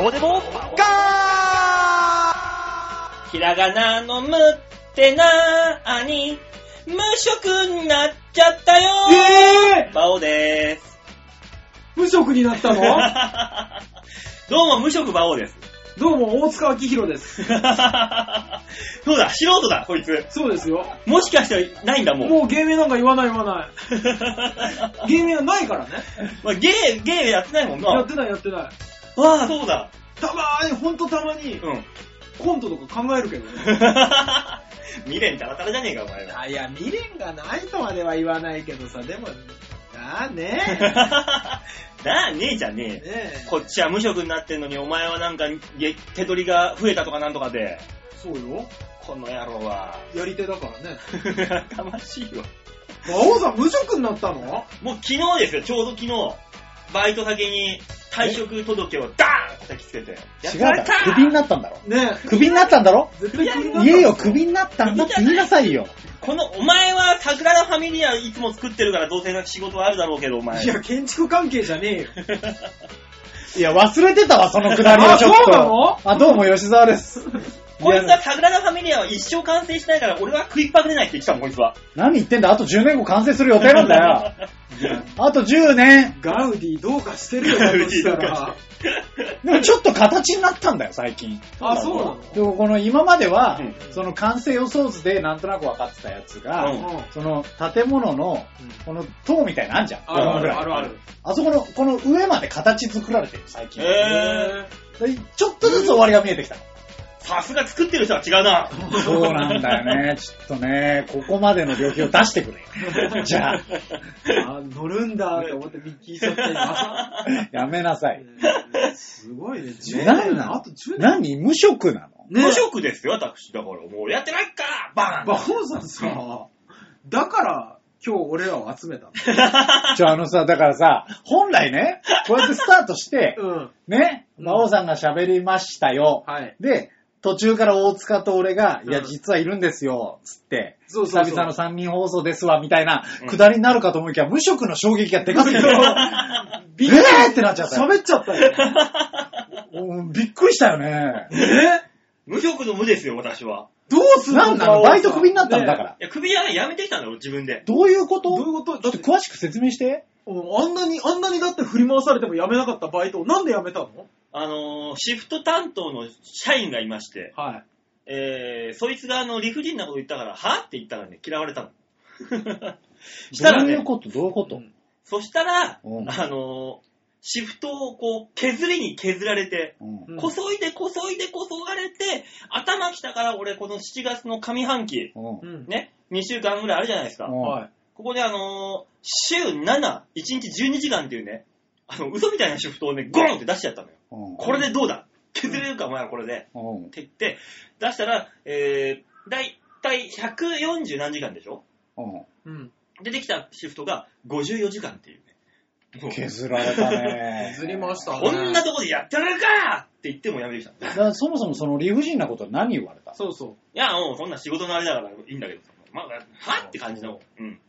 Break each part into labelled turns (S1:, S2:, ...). S1: オデボガーひらがなのむってなーに、無職になっちゃったよ
S2: え
S1: ーバオでーす。
S2: ー、無職になっ たの
S1: どうも、無職バオです。
S2: どうも、大塚明宏です。
S1: そうだ、素人だ、こいつ。
S2: そうですよ。
S1: もしかしてないんだ、もう。
S2: もう芸名なんか言わない言わない。芸名がないから ね。
S1: まあ、ゲー、ゲーやってないもんな。
S2: や
S1: あ
S2: ってないやってない。
S1: あ、そうだ。
S2: たまーに、ほんとたまに、
S1: うん。
S2: コントとか考えるけどね。
S1: 未練たらたらじゃ ねえか、お前は。
S3: あいや、未練がないとまでは言わないけどさ、でも、ああ ね
S1: なあ、ねえじゃ
S3: え。
S1: ねえ。
S3: ね
S1: こっちは無職になってんのに、お前はなんか、げ手取りが増えたとかなんとかで。
S2: そうよ。
S1: この野郎は。
S2: やり手だからね。
S1: やかましいわ。
S2: 馬王さん無職になったの
S1: もう昨日ですよ、ちょうど昨日。バイト先に退職届をダーン叩きつけて。
S4: 違う
S1: やら
S4: だ
S1: れ
S4: ろ
S1: た。
S4: クビになったんだろ。
S2: ね
S4: クビになったんだろ
S2: え。絶対気になった。
S4: 言えよ、クビになったんだって言いなさいよ。
S1: この、お前は桜のファミリアいつも作ってるからどうせ仕事はあるだろうけど、お前。
S2: いや、建築関係じゃねえよ。
S4: いや、忘れてたわ、そのくだりをちょっ
S2: あそうなの
S4: と。あ、どうも、吉沢です。
S1: こいつは桜のファミリアは一生完成しないから、俺は食いっぱぐれないって言ってたもん、こいつは。
S4: 何言ってんだ、あと10年後完成する予定な んだよ。あと10年。
S2: ガウディどうかしてるよ、だとしたら。
S4: でもちょっと形になったんだよ、最近。
S2: あ、そうなの
S4: でもこの今までは、
S1: うん
S4: その完成予想図でなんとなく分かってたやつが、
S1: うん
S4: その建物の
S2: うん、
S4: この塔みたいなのあんじゃん。
S2: ある
S4: この
S2: あ
S4: ぐらい
S2: るあるある。
S4: あそこの、この上まで形作られてる、最近。
S1: へー。
S4: でちょっとずつ終わりが見えてきた。
S1: さすが作ってる人は違うな。
S4: そうなんだよね。ちょっとね、ここまでの病気を出してく れ。じゃあ、
S2: あ乗るんだって思って見聞いちゃった今。
S4: やめなさい。
S2: すごいね。10年
S4: 何な
S2: あ
S4: の
S2: と10年。
S4: 何無職なの
S1: 無
S2: ね
S1: 職ですよ、私。だから、もうやってないから、バーン
S2: バホンさんさ、だから今日俺らを集めた
S4: じゃああのさ、だからさ、本来ね、こうやってスタートして、
S2: の。 うん。
S4: ね、
S2: うん
S4: 馬王さんが喋りましたよ。
S2: はい。
S4: で、途中から大塚と俺が、
S2: うん
S4: いや、実はいるんですよ、つって、
S2: そうそうそう
S4: 久々の三人放送ですわ、みたいな
S1: うん、
S4: くだりになるかと思いきや、無職の衝撃がでかすぎて、え
S2: び
S4: ーってなっちゃったよ。
S2: 喋っちゃったよ。
S4: うんびっくりしたよね。
S2: え
S1: 無職の無ですよ、私は。
S2: どうすんの
S4: なんなのバイトクビになったんだか。
S2: ね
S4: ら。
S1: いや、首やめてきたんだろ、自分で。
S4: どういうこと
S2: どういうこと
S4: だって詳しく説明して。
S2: うんあんなに、あんなにだって振り回されても辞めなかったバイトをなんで辞めたの
S1: あのー、シフト担当の社員がいまして、
S2: はい。
S1: えー、そいつがあの、理不尽なこと言ったから、はって言ったらね、嫌われたの。 したら
S4: どうい
S1: ね
S4: う、ことどういうこと
S1: そしたら、あ
S4: うん
S1: のー、シフトをこう、削りに削られて、
S4: うん
S2: うん
S1: こそいでこそいでこそがれて、頭きたから俺この7月の上半期、
S4: うん
S2: うん。
S1: ね、2週間ぐらいあるじゃないですか。
S4: うん
S2: はい。
S1: ここであのー週7、1日12時間っていうね、あの、嘘みたいなシフトをね、ゴーンって出しちゃったのよ。
S4: うん
S1: これでどうだ削れるか、お前らこれで。
S4: う
S1: っ
S4: ん
S1: て言って、出したら、えー、だいたい140何時間でしょ
S4: うん
S2: うん。
S1: 出てきたシフトが54時間っていうね。もう
S4: 削られたね。
S2: 削りましたね。
S1: こんなとこでやってられるかって言ってもやめてきた。い
S4: だからそもそもその理不尽なことは何言われた
S2: そうそう。
S1: や、もうそんな仕事のあれだからいいんだけどさ。まあ、はって感じの。うん。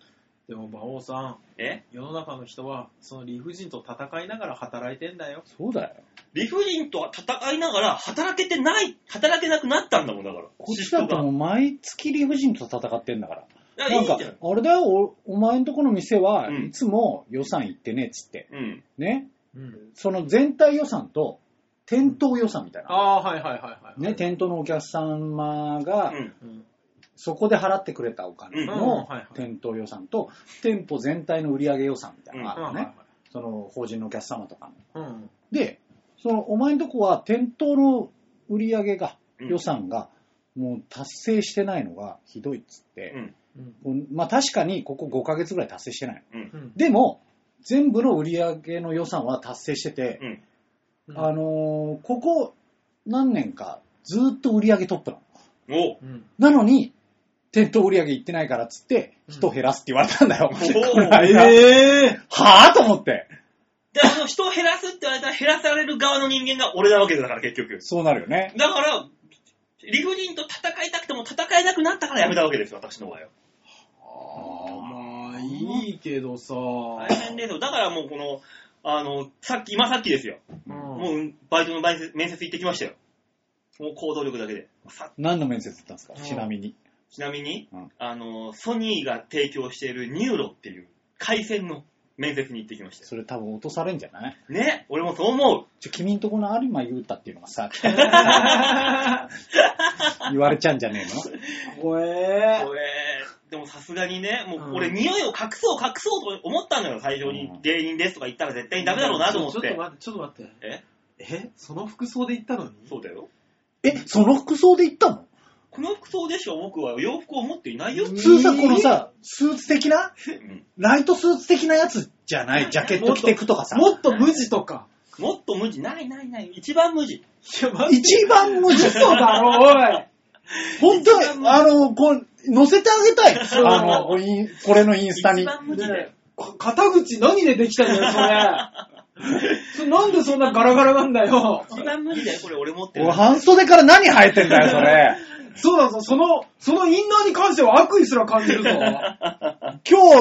S2: でも、馬王さん、
S1: え
S2: 世の中の人は、その理不尽と戦いながら働いてんだよ。
S4: そうだよ。
S1: 理不尽とは戦いながら働けてない、働けなくなったんだもんだから。
S4: こっちだってもう毎月理不尽と戦ってんだから。
S1: シフトがいや
S4: ない
S1: い
S4: ん
S1: じゃ
S4: か
S1: ん。、
S4: あれだよ、おお前んとこの店は
S1: うん
S4: いつも予算いってねっつって。
S1: うん。
S4: ね。
S2: うん。
S4: その全体予算と店頭予算みたいな。
S2: ああー、はいはいはいはい。
S4: ね、店頭のお客様が
S1: うん。
S2: うん。
S4: そこで払ってくれたお金
S2: うん
S4: の
S2: はいはい
S4: 店頭予算と店舗全体の売上予算みたいなのがあ
S2: は
S4: る
S2: い
S4: のね
S2: は。
S4: その法人のお客様とかの。
S2: いはい。うん。
S4: で、そのお前のとこは店頭の売り上げが、
S1: うん
S4: 予算が、もう達成してないのがひどいっつって、
S2: うん。
S4: こうまあ確かにここ5ヶ月ぐらい達成してないの。
S2: うん。
S4: でも、全部の売り上げの予算は達成してて、
S1: うん。
S4: あのーここ何年かずーっと売り上げトップなの。
S1: おう
S2: うん。
S4: なのに、店頭売り上げ行ってないからっつって、
S2: うん
S4: 人減らすって言われたんだよ。
S1: お
S4: こ
S1: ー
S4: の間
S2: え
S4: はぁと思って。
S1: で、あの、人を減らすって言われたら減らされる側の人間が俺なわけだから、結局。
S4: そうなるよね。
S1: だから、理不尽と戦いたくても戦えなくなったからやめたわけですよ、私の場合は。
S2: まあ、いいけどさ。
S1: 大変ですよ。だからもうこの、あの、さっき、今さっきですよ。
S2: うん。
S1: もう、バイトの面接面接行ってきましたよ。もう行動力だけで。さ
S4: 何の面接だったんですか
S1: うん
S4: ちなみに。
S1: ちなみに、
S4: うん
S1: あの、ソニーが提供しているニューロっていう回線の面接に行ってきましたよ。
S4: それ多分落とされんじゃない
S1: ね、俺もそう思う。
S4: ちょ、君んとこの有馬優太っていうのがさ、言われちゃうんじゃねえ
S2: 怖え
S1: これ、でもさすがにね、もう俺
S2: うん
S1: 匂いを隠そう隠そうと思ったのよ、最初に
S4: うん
S1: 芸人ですとか言ったら絶対にダメだろうなと思っ
S2: ちょ
S1: て
S2: っと。待って、ちょっと待って。
S1: え
S2: えその服装で行ったのに
S1: そうだよ。
S4: のえ、その服装で行ったの
S1: この服装でしか僕は洋服を持っていないよ。
S4: 普通さ、このさ、スーツ的な
S1: うん
S4: ライトスーツ的なやつじゃないジャケット着てくとかさ。
S2: もっと無地とか。
S1: もっと無地、ないないない、一番無地。
S2: いや、マジ
S4: 一番無事
S2: 嘘だろ、おい。
S4: 本当に、あの、こう、載せてあげ た
S2: そう
S4: い。あの、インこれのインスタに
S1: 一。番無地だよ
S2: ね。か肩口何でできたんだよ、 それ。それなんでそんなガラガラなんだよ。
S1: 一番無地だよ、これ俺持ってる
S4: 俺、。半袖から何生えてんだよ、そ れ。
S2: そうだぞ、その、そのインナーに関しては悪意すら感じるぞ。
S4: 今日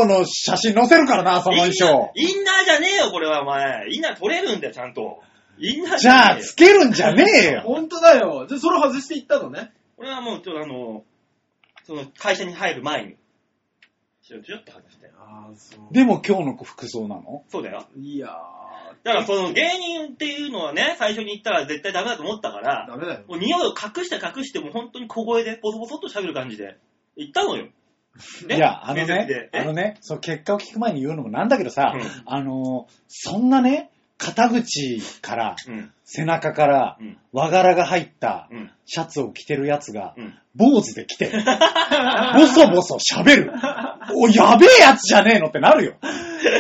S4: の写真載せるからな、その衣装。
S1: インナーじゃねえよ、これはお前。インナー取れるんだよ、ちゃんと。インナー
S4: じゃあ、
S1: ねえよ
S4: つけるんじゃねえよ。
S2: 本当だよ。じゃあそれ外していったのね。
S1: 俺はもう、ちょっとあの、その会社に入る前に、ちょちょっと話したよ。
S2: ああ、そう。
S4: でも今日の服装なの
S1: そうだよ。
S2: いや
S1: だからその芸人っていうのはね、最初に言ったら絶対ダメだと思ったか
S2: ー、
S1: ら、
S2: ダメだよ。
S1: もう匂いを隠して隠して、もう本当に小声で、ボソボソっと喋る感じで、言ったのよ。ね
S4: いや、あの
S1: 面接で
S4: ね、あのね、その結果を聞く前に言うのもなんだけどさ
S1: うん、
S4: あの、そんなね、肩口から、
S1: うん、
S4: 背中から
S1: うん、
S4: 和柄が入った
S1: うん、
S4: シャツを着てるやつが、
S1: うん。
S4: 坊主で来て、ボソボソ喋る。お、やべえやつじゃねえのってなるよ。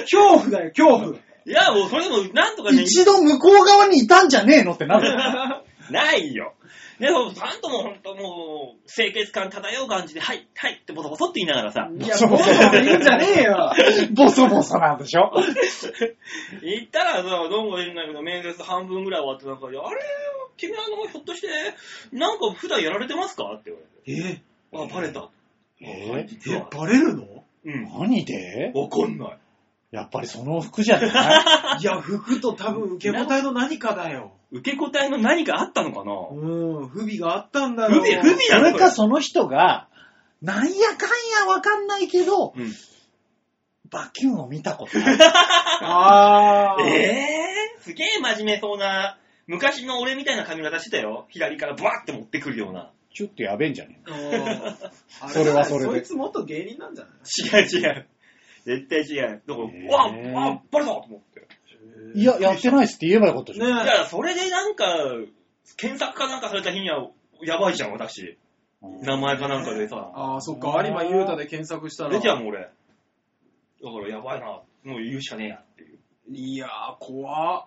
S2: 恐怖だよ、恐怖。
S1: いや、もうそれも、なんとかね、
S4: 一度向こう側にいたんじゃねえのってなる よ。
S1: ないよ。でも、ちゃんともう本当もう、清潔感漂う感じで、はい、はいってボソボソって言いながらさ、
S2: いや、
S4: そう
S2: ボソで言うんじゃねえよ。
S4: ボソボソなんでしょ
S1: 行ったらさ、どうも言うんだけど、面接半分ぐらい終わってなんか、あれ君あの、ひょっとして、なんか普段やられてますかって言わ
S2: え、
S1: れて。あ、バレた。
S4: え
S1: 実
S2: え
S1: は、
S2: バレるの
S1: うん。
S4: 何で
S1: わかんない。
S4: やっぱりその服じゃない
S2: や、服と多分受け答えの何かだよ。
S1: 受け答えの何かあったのかな
S2: うん、不備があったんだ
S1: 不
S2: よ。
S1: 備、不備
S4: い。
S1: なの
S4: それかその人が、なんやかんやわかんないけど、
S1: うん。
S4: バキュンを見たこと ある。
S2: ああ。
S1: えー、すげえ真面目そうな、昔の俺みたいな髪型してたよ。左からバーって持ってくるような。
S4: ちょっとやべえんじゃね
S2: うん
S4: それはそれで
S2: あそいつ元芸人なんじゃな
S1: 違
S2: い
S1: う違う。絶対違う。だから、
S4: へー
S1: うわ、あ、バレたと思って。
S4: えいや、やってないっすって言えばよかったじゃん。
S1: だ
S2: ね
S1: から、それでなんか、検索かなんかされた日には、やばいじゃん、私。名前かなんかでさ。
S2: ああ、そっか、有馬優太で検索したら。
S1: 出ちゃうもん、俺。だから、やばいな。もう言うしかねえやっていう。
S2: いやー、怖っ。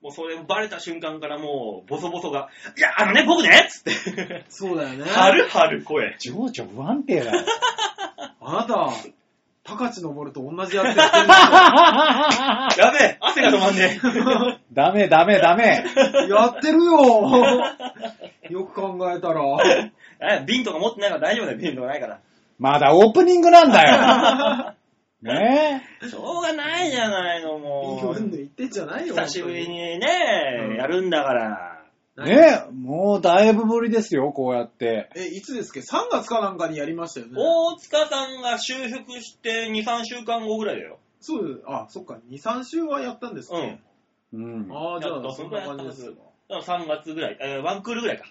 S1: もうそれバレた瞬間からもう、ボソボソが、いや、あのね、僕ねっつって。
S2: そうだ よね。
S1: はるはる声。
S4: 情緒不安定だよ。
S2: あなた、高知登ると同じやつやってるんだ
S1: やべえ、汗が止まんね
S4: ダメダメダメ。
S2: よ。やってるよ。よく考えたら。
S1: え。え瓶とか持ってないから大丈夫だよ、瓶とかないから。
S4: まだオープニングなん だよ。ね
S1: しょうがないじゃないの、も。
S2: いう言ってんじゃないよ。
S1: 久しぶり
S2: 本
S1: に
S2: う
S1: ね
S2: ん、
S1: やるんだから。
S4: え。
S2: 当に。
S4: ねえ、もうだいぶぶりですよ、こうやって。
S2: え、いつですっけ ?3 月かなんかにやりましたよね。
S1: 大塚さんが就職して2、3週間後ぐらいだよ。
S2: そう、あ、そっか、2、3週はやったんですっけ
S4: うん。
S2: ああ、じゃ
S1: やっ
S2: あ、
S1: た
S2: そんな感じです
S1: そん。だから3月ぐらい、えーワンクールぐらいか。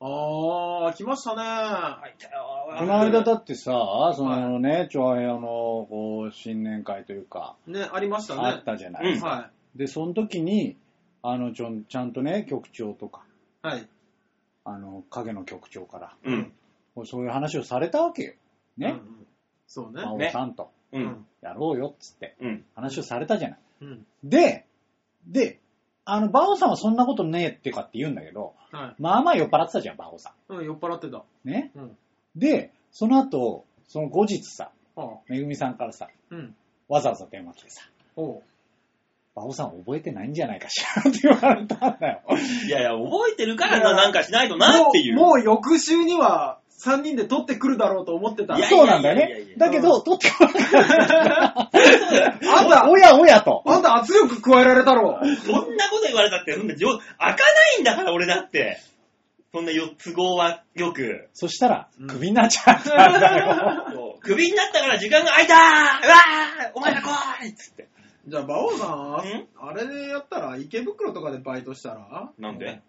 S2: ああ、来ましたね。
S1: あいたよ
S4: この間だってさ、そのね、長編のこう新年会というか、
S2: ね、ありましたね。
S4: あったじゃない。
S1: うん
S2: は
S4: で、その時に、あのちょん、ちゃんとね、局長とか、
S2: い。はい。
S4: あの、影の局長から、
S1: うん。
S4: もうそういう話をされたわけよ。
S2: うんう
S4: ね。
S2: ん。そうね。
S4: 真央さんと、
S1: う。
S2: うんん。
S4: やろうよ、っつって、
S1: うん。
S4: 話をされたじゃない。
S2: うん。
S4: で、で、あの、バオさんはそんなことねえってかって言うんだけど、
S2: はい。
S4: まあまあ酔っ払ってたじゃん、バオさ
S2: うん、酔っ払ってた。
S4: ん。ね。
S2: うん。
S4: で、その後、その後日さ、
S2: ああ。
S4: めぐみさんからさ、
S2: うん。
S4: わざわざ電話来てさ、
S2: おう。
S4: バオさん覚えてないんじゃないかしらって言われたんだよ。
S1: いやいや、覚えてるからな、なんかしないとなっていう。
S2: もう、もう翌週には、 3人で取ってくるだろうと思ってた。
S1: いや
S4: そうなんだよ
S1: いやいやいや
S4: ね
S1: い。や
S4: だけど、取ってこなかった。
S2: あんた、
S4: おやおやと。
S2: あんた圧力加えられ たろ。
S1: そんなこと言われたって、そんなよ、開かないんだから、俺だって。そんなよ、都合はよく。
S4: そしたら
S2: うん、
S4: クビになっちゃった んだよ。
S1: そうクビになったから時間が空いたーうわーお前ら来いっつって。
S2: じゃあ、馬王さんあ
S1: ん、
S2: あれでやったら、池袋とかでバイトしたら
S1: なんで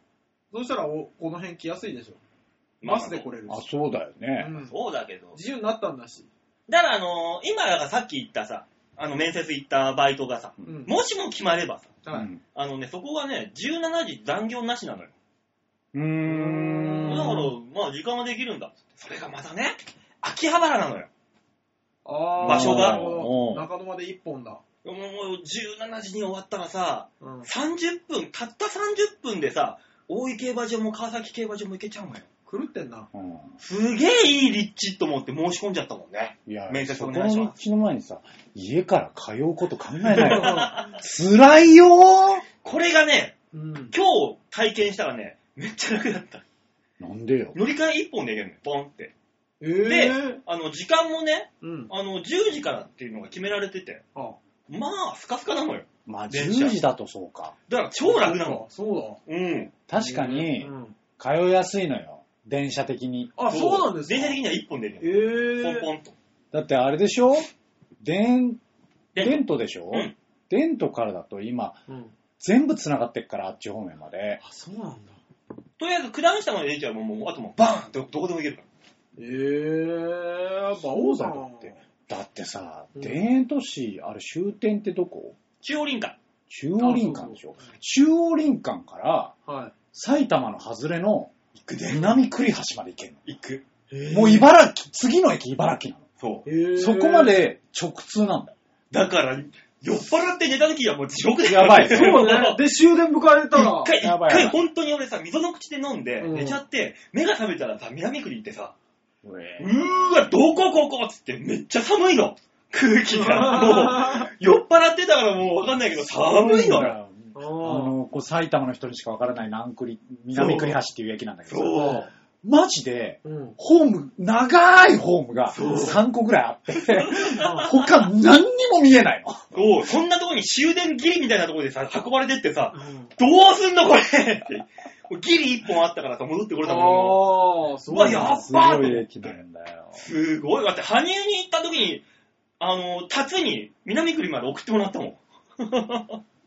S2: そうしたらお、この辺来やすいでしょ。
S1: まあ
S2: バスで来れる
S4: あ、
S2: し。
S4: そうだよ
S2: う
S4: ね。
S2: ん
S1: そうだけど。
S2: 自由になったんだし。
S1: だからあのー今だからさっき言ったさ、あの面接行ったバイトがさ、
S2: うん。
S1: もしも決まればさ、
S4: う
S2: はい。
S4: ん
S1: あのね、そこはね、17時残業なしなのよ。
S4: うー
S1: だから、
S4: ん。
S1: まあ時間はできるんだっつって。それがまたね、秋葉原なのよ。
S2: あー
S1: 場所が
S2: なる
S4: う
S2: ほ
S4: ん
S2: ど中野まで1本だ。
S1: もうもう17時に終わったらさ、
S2: うん。
S1: 30分、たった30分でさ、大井競馬場も川崎競馬場も行けちゃうのよ。
S2: 狂ってんな。
S4: うん
S1: すげえいい立地と思って申し込んじゃったもんね。
S4: いや
S1: 面、接
S4: そ
S1: お
S4: こ
S1: 願いし
S4: の
S1: ま
S4: 道の前にさ、家から通うこと考えないよ。 辛いよ
S1: これがね、
S2: うん。
S1: 今日体験したらね、めっちゃ楽だった。
S4: なんでよ。
S1: 乗り換え1本で行けるのよ、ポンって。
S2: えー。
S1: あの、時間もね、
S2: うん。
S1: あの、10時からっていうのが決められてて、
S2: あ、
S1: まあ、スカスカなのよ。
S4: まあ、
S1: 電車
S4: 10時だとそうか。
S1: だから超楽なの。
S2: そうだ。
S1: うん。
S4: 確かに
S2: う、ん
S4: 通いやすいのよ。電車的に。
S2: あ、そうなんですか
S1: 電車的には1本で行け
S2: え
S1: る
S2: ー。
S1: の。ポンポンと。
S4: だってあれでしょ電、
S1: で
S4: 電都でしょ
S1: うん
S4: 電都からだと今、
S2: うん。
S4: 全部繋がってっから、あっち方面まで。
S2: あ、そうなんだ。
S1: とりあえず、九段下まで出ちゃうもうもう、あともう、バーンってどこでも行けるから。
S2: えー、馬王さん
S4: そうだってだってさ、
S2: うん
S4: 田園都市、あれ終点ってどこ
S1: 中央林間。
S4: 中央林間でしょ
S2: あそう
S4: 中央林間から
S2: は
S4: 埼玉の外れの南栗橋まで行ける
S1: 行く。
S2: い。
S4: の。もう茨城、次の駅茨城なの。
S1: そう。
S2: えー
S4: そこま。で直通なんだよ。
S1: だから、酔っ払って寝た時はもう地獄だよ
S4: や ばい
S2: そうね。で、終電迎えたら
S1: 一、回、一
S4: やばいやばい
S1: 回、本当に俺さ、溝の口で飲んで、
S2: うん
S1: 寝ちゃって、目が覚めたらさ、南区に行ってさ、う
S4: え
S1: ーわ、どこここっつって、めっちゃ寒いの。空 気が。もう、酔っ払ってたからもうわかんないけど、寒いの。
S4: あ
S2: うん
S4: の、こう埼玉の人にしかわからない南栗、南栗橋っていう駅なんだけどさ
S1: そう。
S4: マジで、
S2: うん。
S4: ホーム、長いホームが
S1: そう
S4: 3個ぐらいあって、他何にも見えないの。
S1: そう、そんなとこに終電ギリみたいなとこでさ、運ばれてってさ、
S2: うん
S1: どうすんのこれって。ギリ一本あったからさ、戻ってこれたもん。
S2: ああ、そうう
S1: わ、
S2: なん
S1: や
S2: だ。
S1: っばーと思っ
S4: 駅
S1: て。
S4: んだよ。
S1: すごい。だって、羽生に行った時に、あの、タツに南栗まで送ってもらったもん。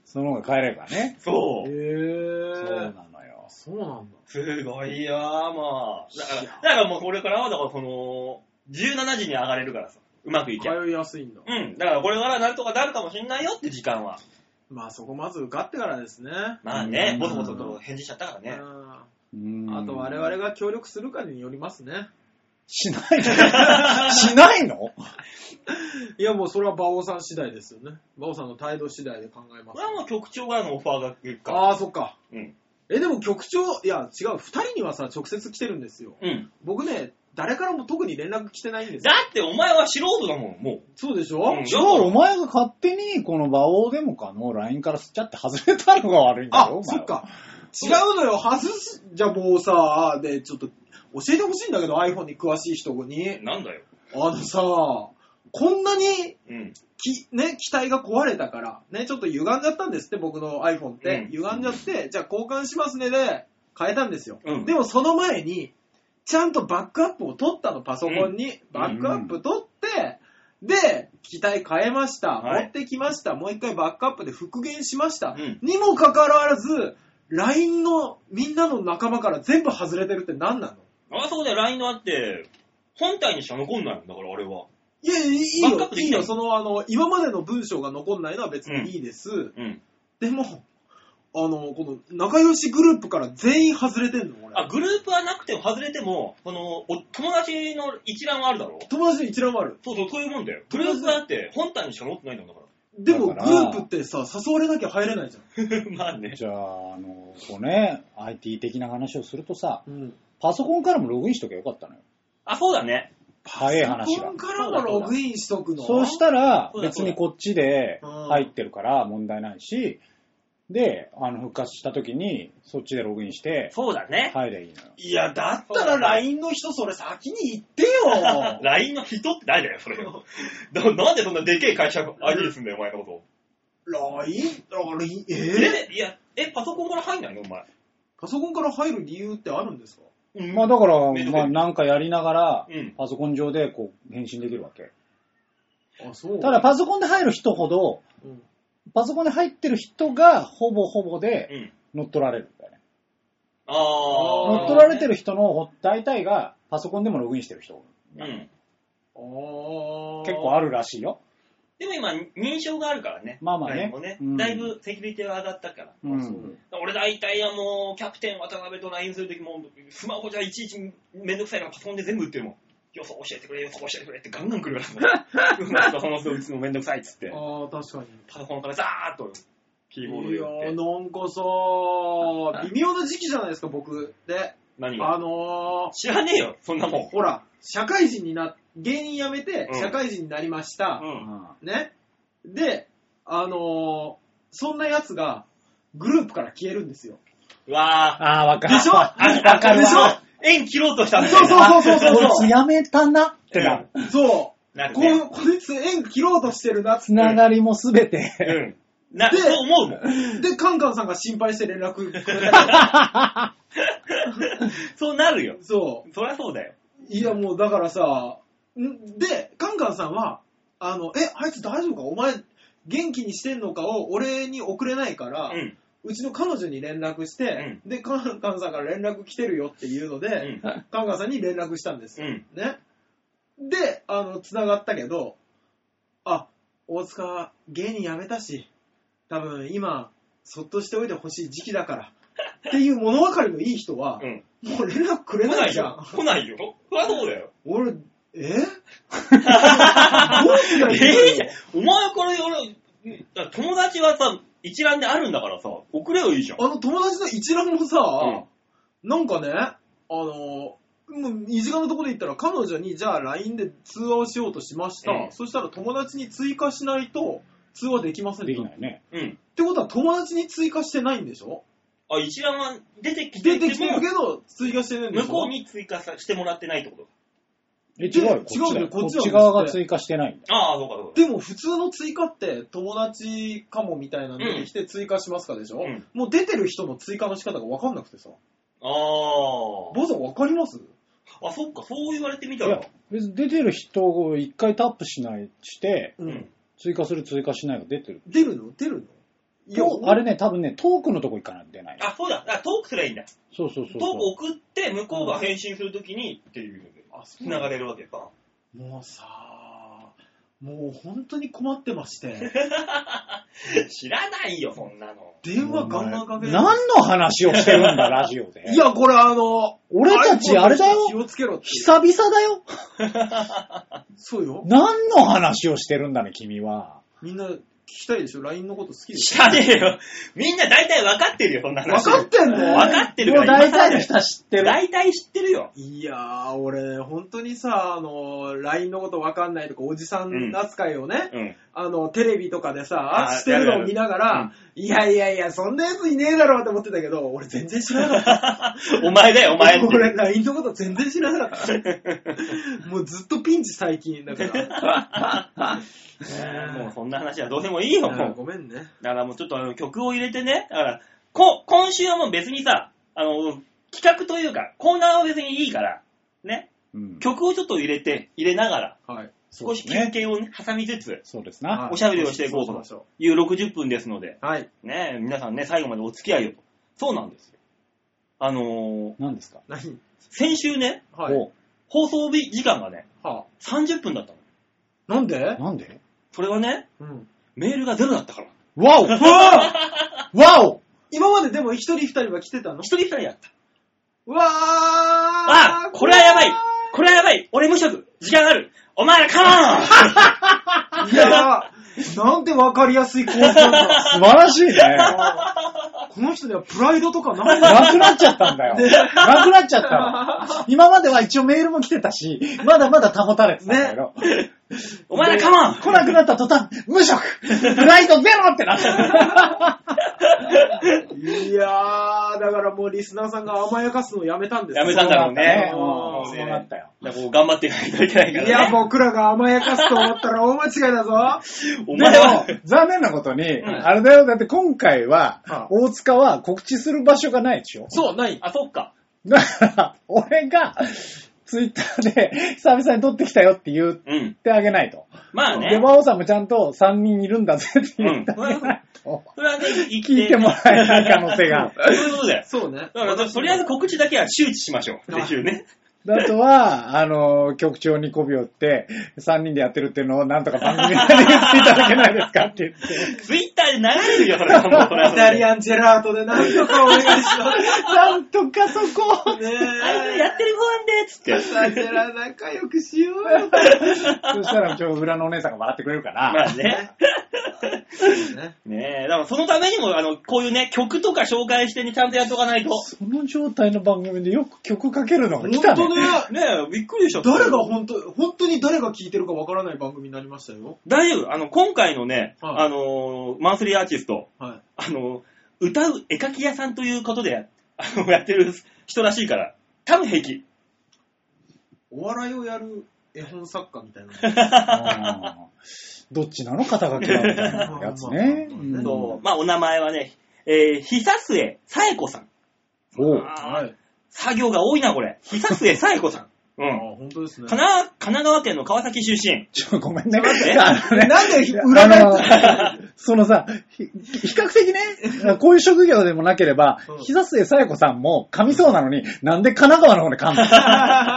S4: その方が帰ればね。
S1: そう
S2: へ。
S4: そう
S2: え。
S4: なのよ。
S2: そうなんだ。
S1: すごいよ、まあ。だから、
S2: い
S1: だ
S2: や
S1: からもうこれからは、だからその、17時に上がれるからさ、うまくいけば
S2: 通いやすいんだ。
S1: うん、だからこれからなんとかなるかもしんないよって時間は。
S2: まあそこまず受かってからですね。
S1: まあね
S4: う、ん
S1: ボソボソと返事しちゃったからね
S2: う。ん
S4: うん
S2: あと我々。が協力するかによりますね。
S4: しないのしないの
S2: いやもうそれは馬王さん次第ですよね。馬王さんの態度次第で考えま
S1: こ
S2: す
S1: れ。はもう局長からのオファーが来るから。
S2: ああ、そっか。
S1: うん。
S2: え、でも局長、いや違う、二人にはさ、直接来てるんですよ。
S1: うん。
S2: 僕ね、誰からも特に連絡来てないんです
S1: だ
S2: よ。
S1: ってお前は素人だもん、も
S2: そうでしょ、
S1: うん
S4: 違う、お前が勝手にこの馬王デモかの LINE から吸っちゃって外れたのが悪いんだ
S2: あ
S4: よ、お、前
S2: そ
S4: は
S2: っ。か。違うのよ、外す、じゃあもうさ、で、ちょっと、教えてほしいんだけど、iPhone に詳しい人
S1: う。
S2: に。
S1: なんだよ。
S2: あのさ、こんなに、
S1: うん。
S2: き、ね、機体が壊れたから、ね、ちょっと歪んじゃったんですって、僕の iPhone って。
S1: うん
S2: 歪んじゃって、じゃあ交換しますねで、変えたんですよ。
S1: うん
S2: でもその前に、ちゃんとバックアップを取ったの、パソコンに。バックアップ取って、で、機体変えました。
S1: はい
S2: 持ってきました。もう一回バックアップで復元しました。
S1: うん
S2: にもかかわらず、LINE のみんなの仲間から全部外れてるって何なの
S1: ああ、そうだよ、LINE のあって、本体にしか残んないもんだから、あれは。
S2: いやいや、いい
S1: バックアッ
S2: よ、
S1: プで
S2: い
S1: き
S2: い
S1: たの
S2: よ。その、あの、今までの文章が残んないのは別にいいです。
S1: うん。
S2: でも、あの、この仲良しグループから全員外れてんの俺。
S1: あ、グループはなくても外れても、この、お友達の一覧はあるだろ
S2: 友達の一覧もある。
S1: そうそう、そういうもんだよ。グループだって、本体にしか残ってないんだか
S2: でも、グ
S4: だ
S2: ル
S4: から
S2: ープってさ、誘われなきゃ入れないじゃ
S1: ら。 まあね。
S4: じゃあ、あの、こうね、IT 的な話をするとさ、
S2: ん。うん。
S4: パソコンからもログインしときゃよかったのよ。
S1: あ、そうだね。
S4: 早い話が
S2: ン。からもログインしとくの
S4: そうしたら
S1: そう、だ
S4: 別にこっちで
S2: うん
S4: 入ってるから問題ないし、で、あの、復活した時に、そっちでログインして、
S1: そうだね。
S4: 入ればいいのよ。
S1: いや、だ
S2: だったら LINE の人それ先に言って よ
S1: LINE の人って誰だよ、それ。ななんでそんなでけえ会社相手にすんだよ、お前のこ
S2: !LINE? あれ、
S1: と。
S2: え
S1: えいや、え、パソコンから入んないのお前。
S2: パソコンから入る理由ってあるんですか
S4: まあだから、
S1: めんどく
S4: ま
S1: さい
S4: あなんかやりながら
S1: うん、
S4: パソコン上でこう、返信できるわけ。
S2: あ、そう。
S4: ただ、パソコンで入る人ほど、
S2: うん
S4: パソコンで入ってる人が、ほぼほぼ
S1: う
S4: で
S1: ん。
S4: 乗っ取られるんだよね。
S1: ああ。
S2: ー
S4: 乗っ取られてる人のほ大体が、パソコンでもログインしてる人。
S1: うん。
S2: あー
S4: 結構あるらしいよ。
S1: でも今、認証があるからね。
S4: まあまあ
S1: LINE
S4: ね
S1: も
S4: うん
S1: だいぶセキュリティは上がったから。
S4: う
S2: そ
S4: ん。
S1: 俺大体はもう、キャプテン渡辺と LINE するときも、スマホじゃいちいちめんどくさいからパソコンで全部打ってるもん。予想教えてくれ、予想教えてくれってガンガン来るからさ。うんなんかその人打つのめんどくさいっつって。
S2: ああ、確かに。
S1: パソコンからザーッとキーボード
S2: い
S1: で
S2: や
S1: 打っ
S2: ー、
S1: て。
S2: なんかさー、微妙な時期じゃないですか、僕。で、
S1: 何が
S2: あのー、
S1: 知らねえよ、そんなもん。
S2: ほら、社会人にな、芸人辞めて
S1: うん
S2: 社会人になりました。
S1: うん。
S2: ね。で、あのー、そんなやつが、グループから消えるんですよ。
S1: うわー。
S4: ああ、わかる。
S2: でしょ
S4: わわかる
S2: でし
S4: わ
S2: ょ。
S1: 縁切ろうとしたんだよ
S2: そうそうそうそうそう
S4: こいつやめたなってなる。
S2: そう。
S1: なる
S2: こ
S1: ね
S2: うこいつ縁切ろうとしてるなっつ
S4: つ
S2: って。
S4: ながりもすべ
S1: う
S4: て。
S1: ん。な、
S2: で
S1: そう思うもん。
S2: で、カンカンさんが心配して連絡くれたり
S1: そうなるよ。
S2: そう。
S1: そりゃそうだよ。
S2: いや、もうだからさ、んで、カンカンさんは、あの、え、あいつ大丈夫かお前、元気にしてんのかを俺に送れないから、
S1: う。
S2: うんちの彼女に連絡して、で、カンカンさんから連絡来てるよっていうので、
S1: うん。
S2: カンカンさんに連絡したんです
S1: う
S2: よ。
S1: ん。
S2: ね。で、あの、繋がったけど、あ、大塚、芸人辞めたし、多分今、そっとしておいてほしい時期だから、っていう物分かりのいい人は
S1: う、ん。
S2: もう連絡くれ
S1: 来
S2: な
S1: ないい
S2: じゃん
S1: よ。。来ないよ。そりゃそうだよ。
S2: 俺、 え
S1: え
S2: どう
S1: え
S2: すりゃいい
S1: じゃん
S2: の
S1: お前これ、俺、だから友達はさ、一覧であるんだからさ、送れよいいじゃん。
S2: あの友達の一覧もさ、なんかね、あの、もう身近なところで言ったら彼女にじゃあ LINE で通話をしようとしました。
S1: うん
S2: そしたら友達に追加しないと通話できません
S4: でき
S2: っ
S4: ない ね。
S1: うん。
S2: てことは友達に追加してないんでしょ
S1: あ、一覧は出てきて
S2: 出
S1: て
S2: てきてる
S1: も
S2: け、ど追加してないんでし
S1: 向
S2: ょ
S1: こうに追加さしてもらってないってこと
S4: え、違うよ。
S2: 違うよ
S4: こっちだよこっ
S2: こっち
S4: ち
S2: は
S4: 側が追加してないんだ。
S1: ああ、そうか、そうか。
S2: でも普通の追加って友達かもみたいなの出てきて追加しますかでしょ、
S1: うん
S2: もう出てる人の追加の仕方がわかんなくてさ。
S1: あ
S2: 坊さんわかります
S1: あ。あ、そっか、そう言われてみ
S4: い
S1: たら
S4: や。、別に出てる人を一回タップしない、して、
S2: う
S1: うん。
S4: 追加する追加しないが出てる。
S2: 出るの出るのい
S4: とあれね、多分ね、トークのとこ行かないと出ない。
S1: あ、そうだ、あトークすりゃいいんだ。
S4: そうそうそ
S1: トーク
S4: うそ
S1: 送って、向こうが返信するときにっていうので、
S2: あそう
S1: 繋がれるわけか。
S2: もうさもう本当に困ってまして
S1: 知らないよ、そんなの。
S2: 電
S4: う。
S2: 話ガンガンかけ
S4: お前
S2: て
S4: 何の話をしてるんだ、ラジオで。
S2: いやこれあの
S4: 俺たちあれだ
S2: iPhone
S4: よ。
S2: 気をつけろって
S4: 久々だよ。
S2: そうよ
S4: 何の話をしてるんだね、君は。
S2: みんな聞きたいでしょ LINE のこと好きでし
S1: 知らねえよ。みんな大体分かってるよ、そんな
S2: ょ
S1: 話。
S2: 分かってんの
S1: 分かってる
S4: も
S1: か
S4: う
S1: ら
S4: 大
S1: 今更だ
S4: 体の
S1: よ
S4: 人は知ってる。
S1: 大体知ってるよ。
S2: いやー俺本当にさあの LINE のこと分かんないとかおじさん扱いをね、
S1: うん。
S2: あのテレビとかでさ
S1: あー
S2: してるのを見なが
S1: やるや
S2: ら、いやいやいやそんなやついねえだろうって思ってたけど俺全然知らなかった
S1: お前だよ、お前って。
S2: 俺、LINE のこと全然知らなかった。もうずっとピンチ最近だから。ねえ
S1: もうそんな話はどうでもいいよ、もう。
S2: ごめんね。
S1: だからもうちょっとあの曲を入れてね、だから、こ、今週はもう別にさ、あの、企画というか、コーナーは別にいいから、ね、
S4: うん
S1: 曲をちょっと入れて、入れながら、
S2: はい。
S4: そう
S1: 少し
S4: ですね
S1: 休憩をね、挟みつつ、
S4: そうですな。
S2: はい
S1: おしゃべりをしていこうと
S2: そうしましょ
S1: いう60分ですので、
S2: うはい。
S1: ね、皆さんね、最後までお付き合いをと。そうなんですよ。あのー、
S4: 何ですか
S2: 何
S1: 先週ね、
S2: はい。
S4: お
S1: 放送日時間がね、
S2: は
S1: 30分だったの。
S2: あ、なんで
S4: なんで
S1: それはね、
S2: うん。
S1: メールがゼロだったから。
S4: わお
S2: わ
S4: わお
S2: 今まででも一人二人は来てたの
S1: 一人二人やった。
S2: わあ
S1: あこれはやばいこれはやばい俺無職時間あるお前らカモン
S2: いやー、なんてわかりやすい構図なんだ。
S4: 素晴らしいね。
S2: この人にはプライドとかないんだ。
S4: なくなっちゃったんだよ。なくなっちゃったの。今までは一応メールも来てたし、まだまだ保たれてたんだけど、
S1: お前らカモン
S4: 来なくなった途端、無職フライトゼロってなった。
S2: いやー、だからもうリスナーさんが甘やかすのやめたんです
S1: やめたんだろうね。
S2: そう
S4: もう
S1: うん
S4: そうなったよ。
S1: だからこう頑張っていかないといけないから、ね。
S2: いや、僕らが甘やかすと思ったら大間違いだぞ。
S1: お前は
S4: で、も残念なことに、
S1: ん
S4: あれだよ、だって今回は、
S2: う
S4: 大塚は告知する場所がないでしょ
S2: そう、ない。
S1: あ、そっか。
S4: だから、俺が、ツイッターで、久々に撮ってきたよって言っ
S1: うん。
S4: てあげないと。
S1: まあ
S4: で、
S1: ね。
S4: 馬王さんもちゃんと3人いるんだぜって言ってあげないと、
S1: それはね、生き
S4: 聞いてもらえない可能性 がある。
S1: そういうことだよ。
S2: そうね。
S1: だから、とりあえず告知だけは周知しましょう。っていう ね。
S4: あとは、あの、局長に媚びをって、3人でやってるっていうのをなんとか番組内で言っていただけないですかって言 って。
S1: ツイッターで流れるよ、それはもう。それは
S2: イ
S1: そ
S2: タ
S1: れ
S2: リ
S1: で
S2: アンジェラートで何とかお願いします。
S4: なんとかそこを
S2: ね
S1: あ
S2: え。
S1: やってる方なんで、つって。
S2: イタジェラ仲良くしようよ。
S4: そしたら、ちょ、裏のお姉さんが笑ってくれるから。
S1: まあ ね。
S2: ね
S1: ねえ、だからそのためにも、あの、こういうね、曲とか紹介してにちゃんとやっとかないと。
S4: その状態の番組でよく曲かけるのが
S2: 本
S4: 来たね。
S2: 当ね。
S1: ねえ、びっくりでしょ。
S2: 誰が本当、本当に誰が聞いてるかわからない番組になりましたよ。
S1: 大丈夫。あの、今回のね、
S2: はい
S1: あのー、マンスリーアーティスト、
S2: は
S1: あのー、歌う絵描き屋さんということで、あの、やってる人らしいから、多分平気。
S2: い。お笑いをやる絵本作家みたいな。
S4: うんどっちなの肩書きはみたいなやつね。
S2: まあまあまあ
S4: うん
S1: そう。まあ、お名前はね、えー、久末さえ子さん。
S4: おう
S1: あー
S2: はい。
S1: 作業が多いな、これ。久末さえ子さん。う
S2: あ
S1: ん。
S2: 本当ですね。
S1: 神奈神奈川県の川崎出 身。
S4: ちょ、ごめんね。
S1: 待って
S4: あのね
S2: なんで裏返った
S4: あの、そのさ、ひ比較的ね、こういう職業でもなければ
S2: うん、
S4: 膝末さや子さんも噛みそうなのに、なんで神奈川の方で噛んだ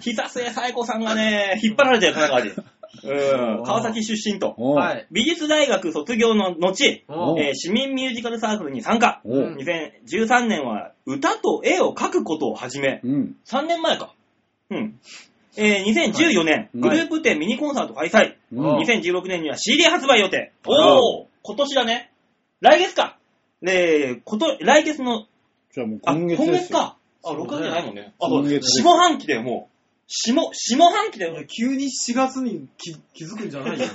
S1: 久末さえ子さんがね、引っ張られてる、神奈川に。うん。川崎出身 と。
S4: おう
S2: はい。
S1: 美術大学卒業の後、
S2: おう
S1: えー市民ミュージカルサークルに参加。
S4: お
S2: う
S4: うん
S1: 2013年は歌と絵を描くことを始め、
S4: うん。
S1: 3年前か。うん。えー2014年、
S4: はい
S1: グループ展ミニコンサート開催。
S4: うん
S1: 2016年には CD 発売予定。
S4: お
S1: おお今年だね。来月か。ねえ、こと、来月の、
S4: じゃあもう
S1: あ、
S4: 今
S1: 今
S4: 月
S1: 月
S4: ですよ。
S1: か。あ、6月じゃないもんね。あ、そ
S4: 今
S1: う
S4: 月です
S1: 下半期だよ、もう。下、下半期だよ。
S2: 急に4月に気気づくんじゃないよ。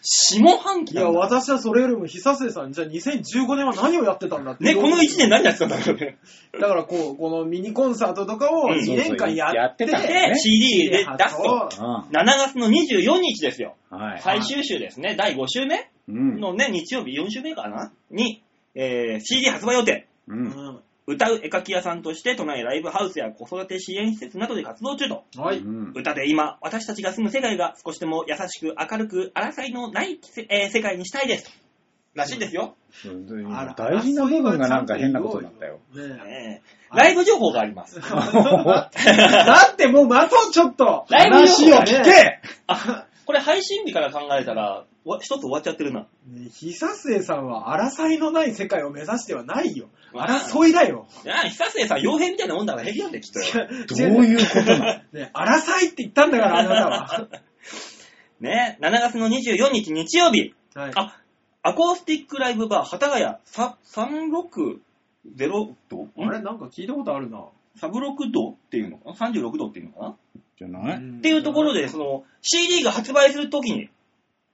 S1: 下半期
S2: い
S1: だよ
S2: や、。私はそれよりも久瀬さん、じゃあ2015年は何をやってたんだって。
S1: ね、この1年何やってたんだろうね。
S2: だからこう、このミニコンサートとかを
S1: うん
S2: 2年間や
S4: や
S2: っ
S4: って
S2: て、
S4: たね
S1: で、CD で出すと。
S2: 発
S4: う
S1: 7月の24日ですよ。
S4: ん。はい。
S1: 最終週ですね。第5週目
S4: うん。
S1: のね、日曜日4週目かなに、えー CD 発売予定。
S4: う
S2: 送
S4: ん。
S2: うん
S1: 歌う絵描き屋さんとして、都内ライブハウスや子育て支援施設などで活動中と。
S2: は
S4: う
S2: い。
S4: ん
S1: 歌で今、私たちが住む世界が少しでも優しく明るく、争いのないせ、えー世界にしたいですと。らしいですよ。
S2: あら
S4: 大事な部分がなんか変なことになったよ。。
S2: ね
S1: えー
S2: あ
S1: ライブ情報があります。
S2: えだってもう待とう、ちょっと。
S1: ライブ情報
S4: 話を
S1: がね
S4: 聞け
S1: あ、これ配信日から考えたら、わ一つ終わっちゃってるな。
S2: ねえ久瀬さんは争いのない世界を目指してはないよ。
S1: まあ
S2: 争いだよ。
S1: いや、久瀬さん、傭兵みたいなもんだから平気なんだよ、きっと。
S4: どういうことなの
S2: ねえ争いって言ったんだから、あな
S1: ね、7月の24日日曜日、
S2: たは。はい。
S1: あ、アコースティックライブバー、幡ヶ谷、さ360度
S2: あれなんか聞いたことあるな。
S1: サブ6度っていうのかな ?36 度っていうのかな、
S4: じゃない
S2: ん
S1: っていうところ。で、その、CD が発売するときに、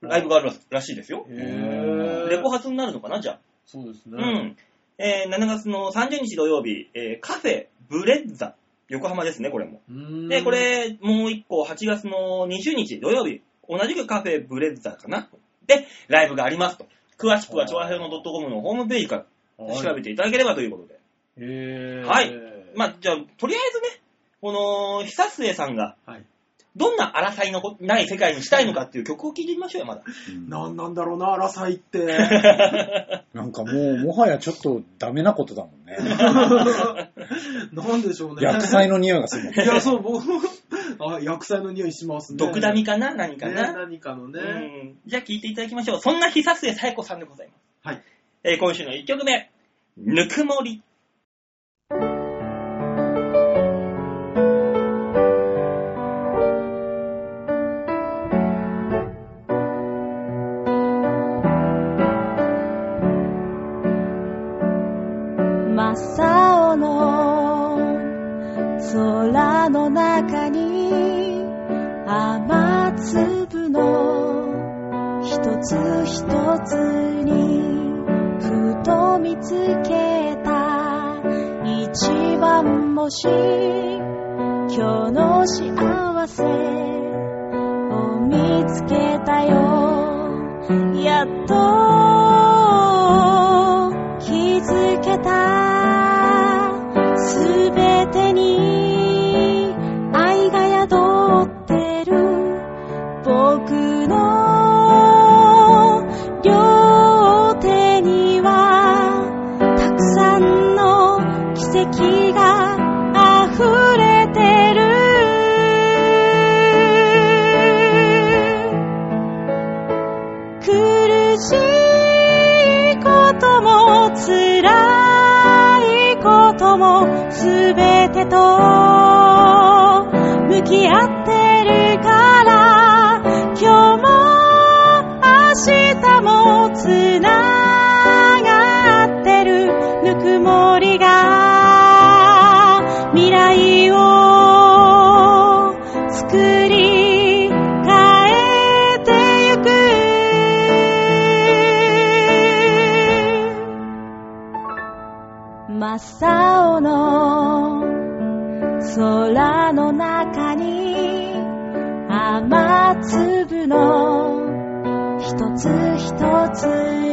S1: ライブがあるらしいですよ。
S2: へえ。
S1: レコ発になるのかなじゃあ。
S2: そうです
S1: う
S2: ね。
S1: ん。えー7月の30日土曜日、えーカフェブレッザ、横浜ですね、これも。
S2: うーん
S1: で、こ、れ、もう一個、8月の20日土曜日、同じくカフェブレッザかなで、ライブがありますと。詳しくは、調和平の .com のホームページから調べていただければということで。
S2: へえ。
S1: はいまあ、じゃあ、とりあえずね、この、久末さんが
S2: はい、ど
S1: どんな争いのこない世界にしたいのかっていう曲を聴いてみましょうよ、まだ。
S4: うん
S2: なんなんだろうな、争 いって。
S4: なんかもう、もはやちょっとダメなことだもんね。
S2: なんでしょうね。
S4: 薬剤の匂いがするもん。
S2: いや、そう、僕も、あ、薬剤の匂いしますね。
S1: 毒ダミかな何か
S2: ね
S1: な、
S2: 何かの
S1: う
S2: ね。
S1: ん。じゃあ聴いていただきましょう。そんな久末さえ子さんでございます。
S2: はい。
S1: えー今週の1曲目、ぬくもり。
S5: 真っ青の空の中に雨粒一つ一つにふと見つけた一番星今日の幸せを見つけたよやっと気づけたすべてに愛が宿ってる僕の両手にはたくさんの奇跡が溢れてる苦しいことも辛いこともすべてと向き合ってるから今日も明日もつながってるぬくもりが未来を作り変えてゆくマサオの空の中に雨粒の一つ一つ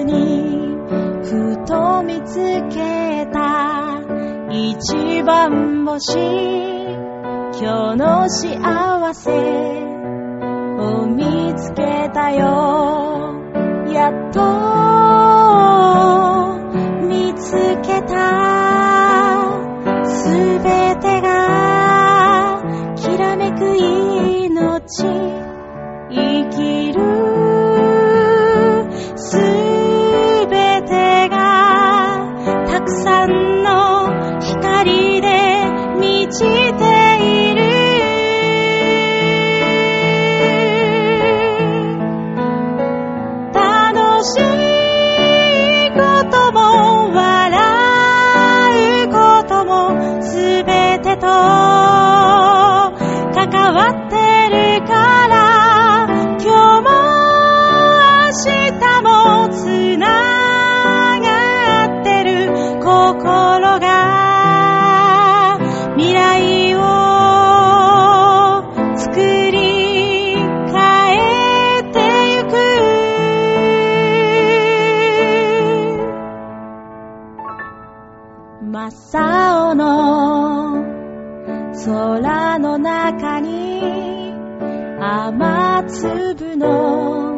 S5: にふと見つけた一番星今日の幸せを見つけたよやっと見つけたすべてがきらめく命生きるすべてがたくさんの光で満ちている楽しいことも笑うこともすべてと関わってるから今日も明日もつながってる心が未来を作り変えてゆくマサオの空の中に雨粒の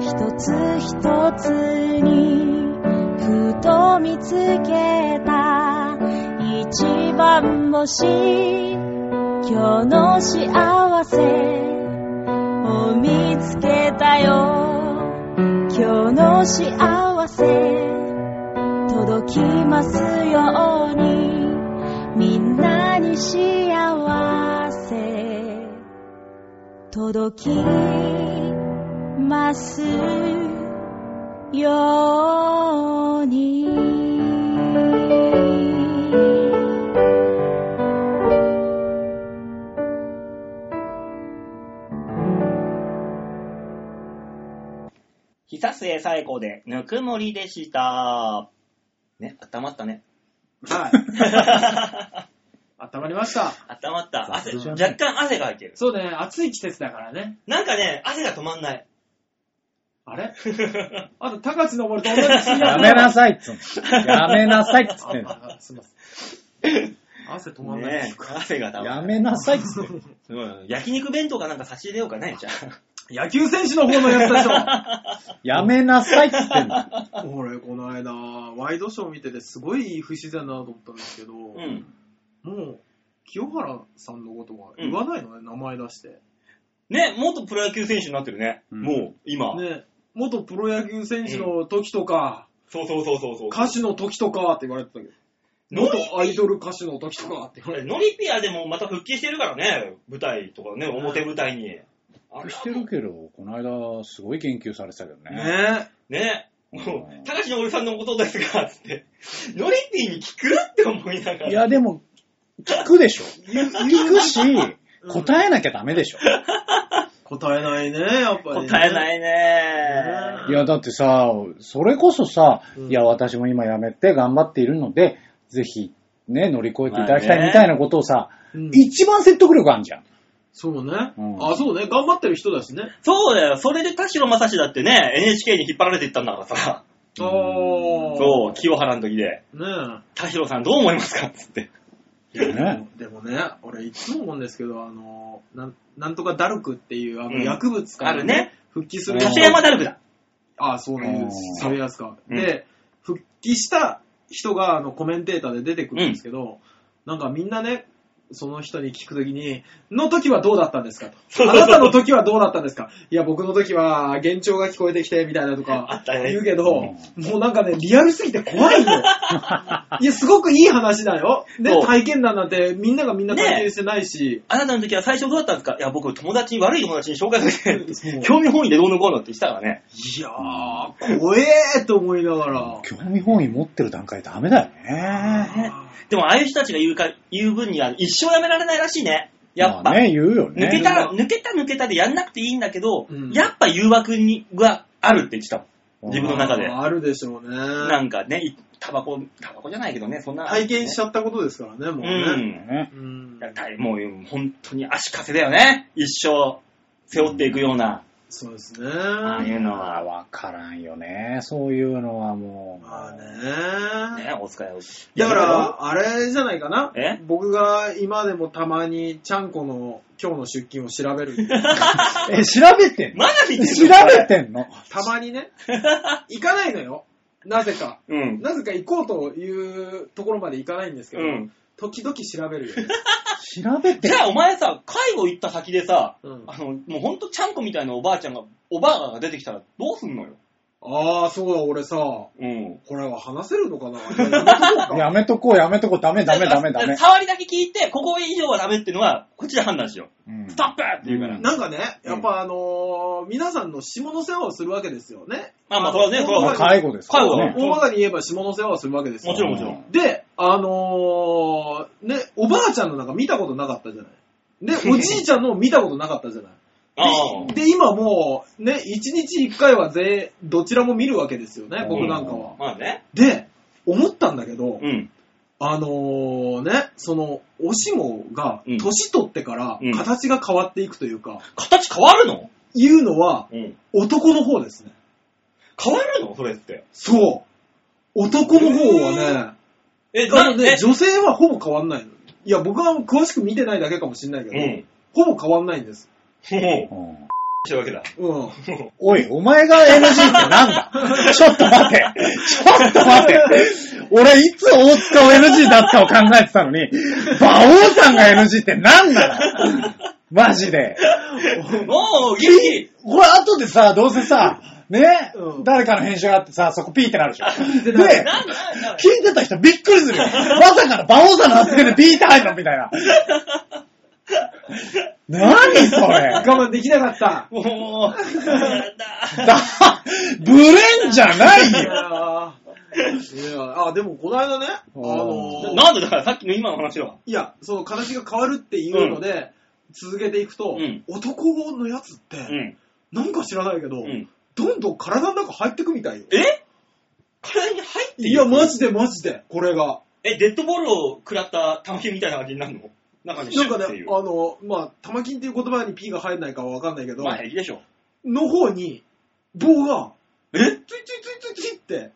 S5: 一つ一つにふと見つけた一番星今日の幸せを見つけたよ今日の幸せ届きますようにみんなに幸せ届きますように
S6: 久末最高で、ぬくもりでした。
S1: ね、温まったね。
S2: はい。温まりました。
S1: 温まった。汗、
S4: 雑
S1: 若干汗が入ってる。
S3: そうね、暑い季節だからね。
S1: なんかね、汗が止まんない。
S2: あれあと、高知登ると同じ気にな
S4: や
S2: る
S4: めなさいっつうの。やめなさいっつってんの。
S2: ああすいま せん。汗止まんない。
S1: ね 汗が溜ま
S4: や
S1: る。
S4: めなさいっつってんの。
S1: うん焼肉弁当かなんか差し入れようかね、じゃあ。
S2: 野球選手の方のやつでしょ。
S4: やめなさいっつってんの。
S2: 俺、この間、ワイドショー見てて、すごい不自然だなと思ったんですけど、
S1: うん。
S2: もう、清原さんのことは言わないのね、名前出して。
S1: ね、元プロ野球選手になってるね。
S4: うん
S1: もう、今。
S2: ね、元プロ野球選手の時とか、
S1: そうそうそうそうそう。
S2: 歌手の時とかって言われてたけど、
S1: ノリ
S2: 元アイドル歌手の時とかって言
S1: こ
S2: われ
S1: れ
S2: て
S1: ノリピアでもまた復帰してるからね、舞台とかね、表舞台に。あら
S4: してるけど、この間、すごい言及されてたけど
S2: た。
S4: ね。
S2: ね
S1: ね。
S4: うん
S1: もう、高橋のおさんのことですが、つって。ノリピーに聞くって思いながら。
S4: いや、でも、聞くでしょ。聞くし、
S2: うん
S4: 答えなきゃダメでしょ。
S2: 答えないね、やっぱり、。
S6: 答えないいね
S4: いや、だってさ、それこそさ、
S2: うん
S4: いや、私も今やめて頑張っているので、ぜひ、ね、乗り越えていただき
S6: ま
S4: た
S6: あ
S4: い
S6: ね
S4: みたいなことをさ、
S2: うん
S4: 一番説得力あるじゃん。
S2: そうね。
S4: うん
S2: あ、そうね。頑張ってる人だしね。
S1: そうだよ。それで田代正史だってね、NHK に引っ張られていったんだからさ。
S2: ああ。
S1: そう、清原の時で。
S2: ね
S1: 田代さんどう思いますかつって。
S4: ね
S2: え。でもね、俺いつも思うんですけど、あの、なんなんとかダルクっていうあ
S1: うん
S2: の薬物か
S1: あ
S2: ら、
S1: るね。
S2: 復帰す
S4: うん
S2: る。
S1: 立山ダルクだ。
S2: ああ、そう
S4: う
S2: ね
S4: ん。
S2: そういうやつか。
S1: うん
S2: で、復帰した人があのコメンテーターで出てくるんですけど、なんかみんなね、その人に聞くときに、の時はどうだったんですか
S1: そう
S2: あなたの時はどうだったんですかいや、僕の時は幻聴が聞こえてきて、みたいなと
S1: あ
S2: か
S1: ったね
S2: 言うけど、もうなんかね、リアルすぎて怖い よ。いや、すごくいい話だよ。ね
S1: そ、う
S2: 体験談なんてみんながみんな体験してないし、
S1: あなたの時は最初どうだったんですかいや、僕、友達、悪い友達に紹介され
S2: そう
S1: て、興味本位でどうのこうのって言ってたからね。
S2: いやー、怖えーと思いながら。
S4: 興味本位持ってる段階ダメだよね。
S1: でも、ああいう人たちが言うか、言う分には一生やめられないらしいね。やっぱ。
S4: まあね、言うよ
S1: 抜け
S4: ね。
S1: たら、抜けた抜けたでやんなくていいんだけど、
S2: うん
S1: やっぱ誘惑にがあるって言ってたもん。自分の中で
S2: あーあるでしょうね。
S1: なんかね、いタバコ、タバコじゃないけどね、そんな。
S2: 体験しちゃったことですからね、もう
S1: う
S2: ね。
S1: ん。
S4: ね
S2: うん
S1: だからもう本当に足かせだよね。一生背負っていくような、
S2: そうですね。
S1: ああいうの
S4: まあ、
S1: は。
S4: わからんよね。そういうのはもう。
S2: まあね。
S1: ね、お使いを。
S2: だか
S1: やめろ、
S2: ら、あれじゃないかな
S1: え。
S2: 僕が今でもたまにちゃんこの今日の出勤を調べる。
S4: え、調べてんの
S1: まだ見てんの
S4: 調べてんの
S2: たまにね。行かないのよ。なぜか。
S1: うん。
S2: なぜか行こうというところまで行かないんですけど、
S1: うん。
S2: 時々調べ るよ。
S4: 調べて
S1: じゃあお前さ、介護行った先でさ、
S2: うん
S1: あの、もうほんとちゃんこみたいなおばあちゃんが、おばあが出てきたらどうすんのよ。
S2: ああ、そうだ、俺さ、こ
S1: うん。
S2: れは話せるのかなやめ とこうか
S4: やめとこう、やめとこう、ダメ、ダメ、ダメ、ダメ。
S1: 触りだけ聞いて、ここ以上はダメってのは、こっちで判断しよう。
S4: うん
S1: ストップって言うから。
S4: うん
S2: なんかね、やっぱあのー皆さんの下の世話をするわけですよね。
S1: まあまあ、それはね、それ
S4: ま
S1: は
S4: あ介護ですから
S1: 介護だ
S4: ね。
S2: 大まかに言えば下の世話をするわけですよ。
S1: もちろんもちろん。
S2: で、あのーね、おばあちゃんのなんか見たことなかったじ ゃない。で、おじいちゃんの見たことなかったじゃない。
S1: ああ。
S2: で、今もう、ね、一日一回はぜ、どちらも見るわけですよね、僕なんかは。
S1: まあね。
S2: で、思ったんだけど、
S1: うん。
S2: あのーね、その、おしもが
S1: うん、
S2: 年取ってから
S1: うん、
S2: 形が変わっていくというか、
S1: 形変わるの
S2: いうのは、
S1: うん。
S2: 男の方ですね。
S1: 変わるのそれって。
S2: そう。男の方はね、
S1: え、
S2: な
S1: なん
S2: ので
S1: で
S2: 女性はほぼ変わんないの。いや、僕は詳しく見てないだけかもしれないけど、
S1: うん。
S2: ほぼ変わんないんです。
S1: もう、
S4: うん
S1: してるわけだ。
S2: うん。
S4: おい、お前が NG ってなんだちょっと待って。ちょっと待って。俺、いつ大塚を NG だったを考えてたのに、馬王さんが NG ってなんなのマジで。
S1: もう、ギリギリ
S4: これ、後でさ、どうせ さ、ね、
S2: うん
S4: 誰かの編集があってさ、そこピーってなるでしょ。 で、
S1: なんだなんだ
S4: 聞いてた人びっくりす るよ。まさかの馬王さんの発言でピーって入るのみたいな。何それ
S2: 我慢できなか った。
S1: もう、なんだ。
S4: だ、ブレンじゃない
S2: いや
S4: よ。
S2: ーいやあ、でもこの間ね、あのー
S1: なんでだからさっきの今の話はい
S2: や、その形が変わるっていうので、続けていくと、
S1: うん
S2: 男のやつって、
S1: うん。
S2: なんか知らないけど、
S1: うん。
S2: どんどん体の中入ってくみたいよ。
S1: え体に入ってい
S2: いや、マジでマジで、これが。
S1: え、デッドボールを食らった玉ひみたいな感じになるの中にシ
S2: な
S1: ュ
S2: んか
S1: ッって
S2: ね
S1: い、う。
S2: あの、まあ、玉金っていう言葉に P が入らないかはわかんないけど、
S1: まあ、平気でしょ。
S2: の方に、棒が、
S1: え
S2: ツイツイツイツイツイって、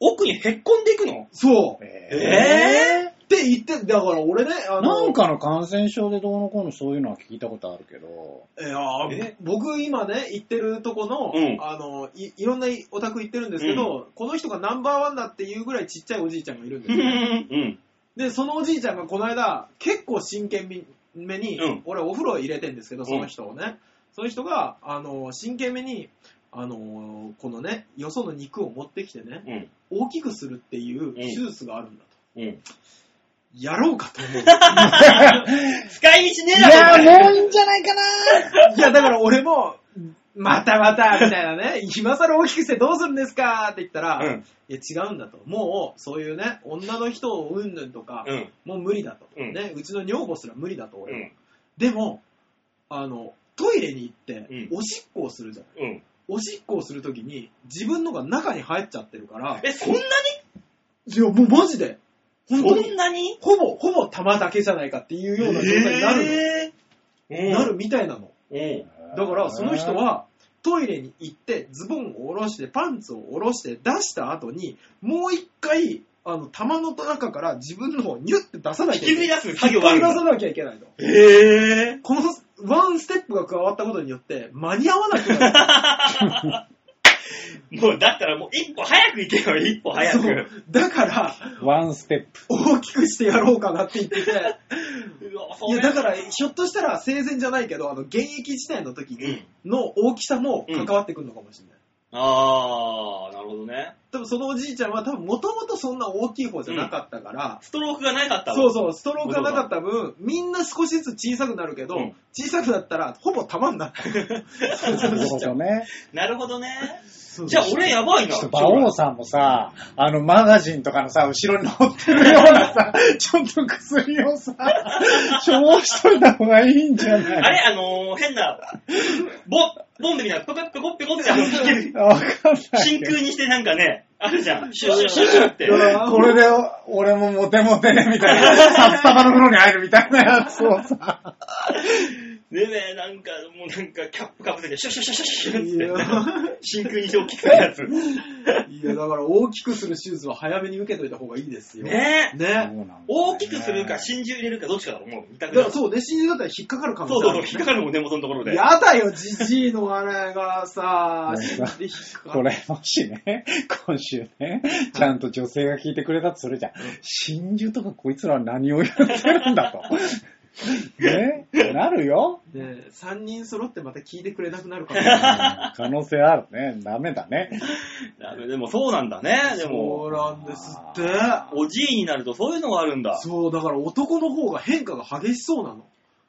S1: 奥にへっこんでいくの
S2: そう、
S1: え
S2: って言って、だから俺ね、あの、
S4: なん、かの感染症でどうのこうのそういうのは聞いたことあるけど、
S2: いやー
S1: え
S2: 僕今ね、行ってるとこの、
S1: うん
S2: あのい、いろんなお宅行ってるんですけど、この人がナンバーワンだっていうぐらいちっちゃいおじいちゃんがいるんで
S1: うん。
S2: す
S1: う
S2: よ。
S1: ん。
S2: で、そのおじいちゃんがこの間、結構真剣めに、
S1: うん
S2: 俺お風呂入れてんですけど、その人をね、その人が、あの、真剣めに、あの、このね、よその肉を持ってきてね、
S1: うん。
S2: 大きくするっていう手術があるんだと。
S1: うん。
S2: やろうかと思う。
S1: 使い道ねえ
S4: い
S1: だろ
S4: や
S1: これ
S4: ーもういいんじゃないかない
S2: や、だから俺も、 またまた、みたいなね、今更大きくしてどうするんですかって言ったら、
S1: うん
S2: いや、違うんだと。もう、そういうね、女の人をうんぬんとか、
S1: うん。
S2: もう無理だと、
S1: うん
S2: ね。うちの女房すら無理だと、俺
S1: う
S2: は、
S1: ん。
S2: でも、あの、トイレに行って
S1: うん、
S2: おしっこをするじゃない。
S1: うん。
S2: おしっこをするときに、自分のが中に入っちゃってるから、
S6: え、そんなに
S2: いや、もうマジで、本当
S6: そ
S2: に
S6: ん、なに
S2: ほぼ、ほぼ玉だけじゃないかっていうような状態になるの、
S1: えー
S2: なるみたいなの。
S1: うん。
S2: だから、その人は、トイレに行って、ズボンを下ろして、パンツを下ろして、出した後に、もう一回、あの、玉の中から自分の方をニュッて出さなきゃ
S1: 引
S2: い
S1: きずり
S2: けない。
S1: 出す作業があ
S2: 引
S1: るん
S2: き
S1: だ
S2: 出さなきゃいけないの。
S1: ええ
S2: このワンステップが加わったことによって、間に合わなくなる。
S1: もう、だったらもう一歩早く行けよ、一歩早
S2: そ
S1: く。
S2: うだから、
S4: ワンステップ。
S2: 大きくしてやろうかなって言ってて。
S1: うわ
S2: い
S1: そ
S2: や、
S1: れ
S2: だから、ひょっとしたら生前じゃないけど、あの、現役時代の時に、の大きさも関わってくるのかもしれない。
S1: あー、なるほどね。
S2: 多分そのおじいちゃんは多分もともとそんな大きい方じゃなかったから、
S1: ストロークがなかったわ
S2: そうそう、ストロークがなかった分、みんな少しずつ小さくなるけど、
S1: うん
S2: 小さくなったらほぼ玉になった。
S4: なる ほどね。
S1: なるほどね。
S2: じ
S1: じゃあ、俺やばい
S4: ち
S1: な。
S4: ょっと 馬王さんもさ、あのマガジンとかのさ、後ろに載ってるよう なさ、ちょっと薬をさ、処方しといた方がいいんじゃない
S1: あれあのー、変な、ボ、ボンベみたいな、ペコペコペコペコってあの、
S4: わかんないけ
S1: 真
S4: ど。
S1: 空にしてなんかね、あるじゃん。シュッシュッシュッシュッって。
S4: これで、俺もモテモテね、みたいな。札束の風呂に入るみたいなやつをさ。
S1: ねえねえ、なんか、もうなんか、キャップかぶせて、シュッシュッシュッシュッシ
S2: い
S1: ュッ って。
S2: や
S1: 真空にして大きくするやつ。
S2: いや、だから大きくする手術は早めに受けといた方がいいですよ。
S1: ねえ。
S2: ね
S1: 大きくするか、真珠入れるか、どっちかだろ、もう。二
S2: だ
S1: 択
S2: か
S1: だ
S2: らそうね、新人だったら引っかかるかも
S1: そうそうそう、引っ
S2: し
S1: かかるもんね、もうそのところで。
S2: やだよ、じじいのあれがさ、
S4: なんか
S2: で引っかか
S4: これもしね、今週ね、ちゃんと女性が聞いてくれたとするじゃん。真珠とかこいつらは何をやってるんだと。ねなるよ。
S2: ねえ、3人揃ってまた聞いてくれなくなる か
S4: うん
S2: ら。
S4: 可能性あるね。ダメだね。
S1: ダメでもそうなんだね、でも。
S2: そうなんですって。
S1: おじいになるとそういうのがあるんだ。
S2: そう、だから男の方が変化が激しそうなの。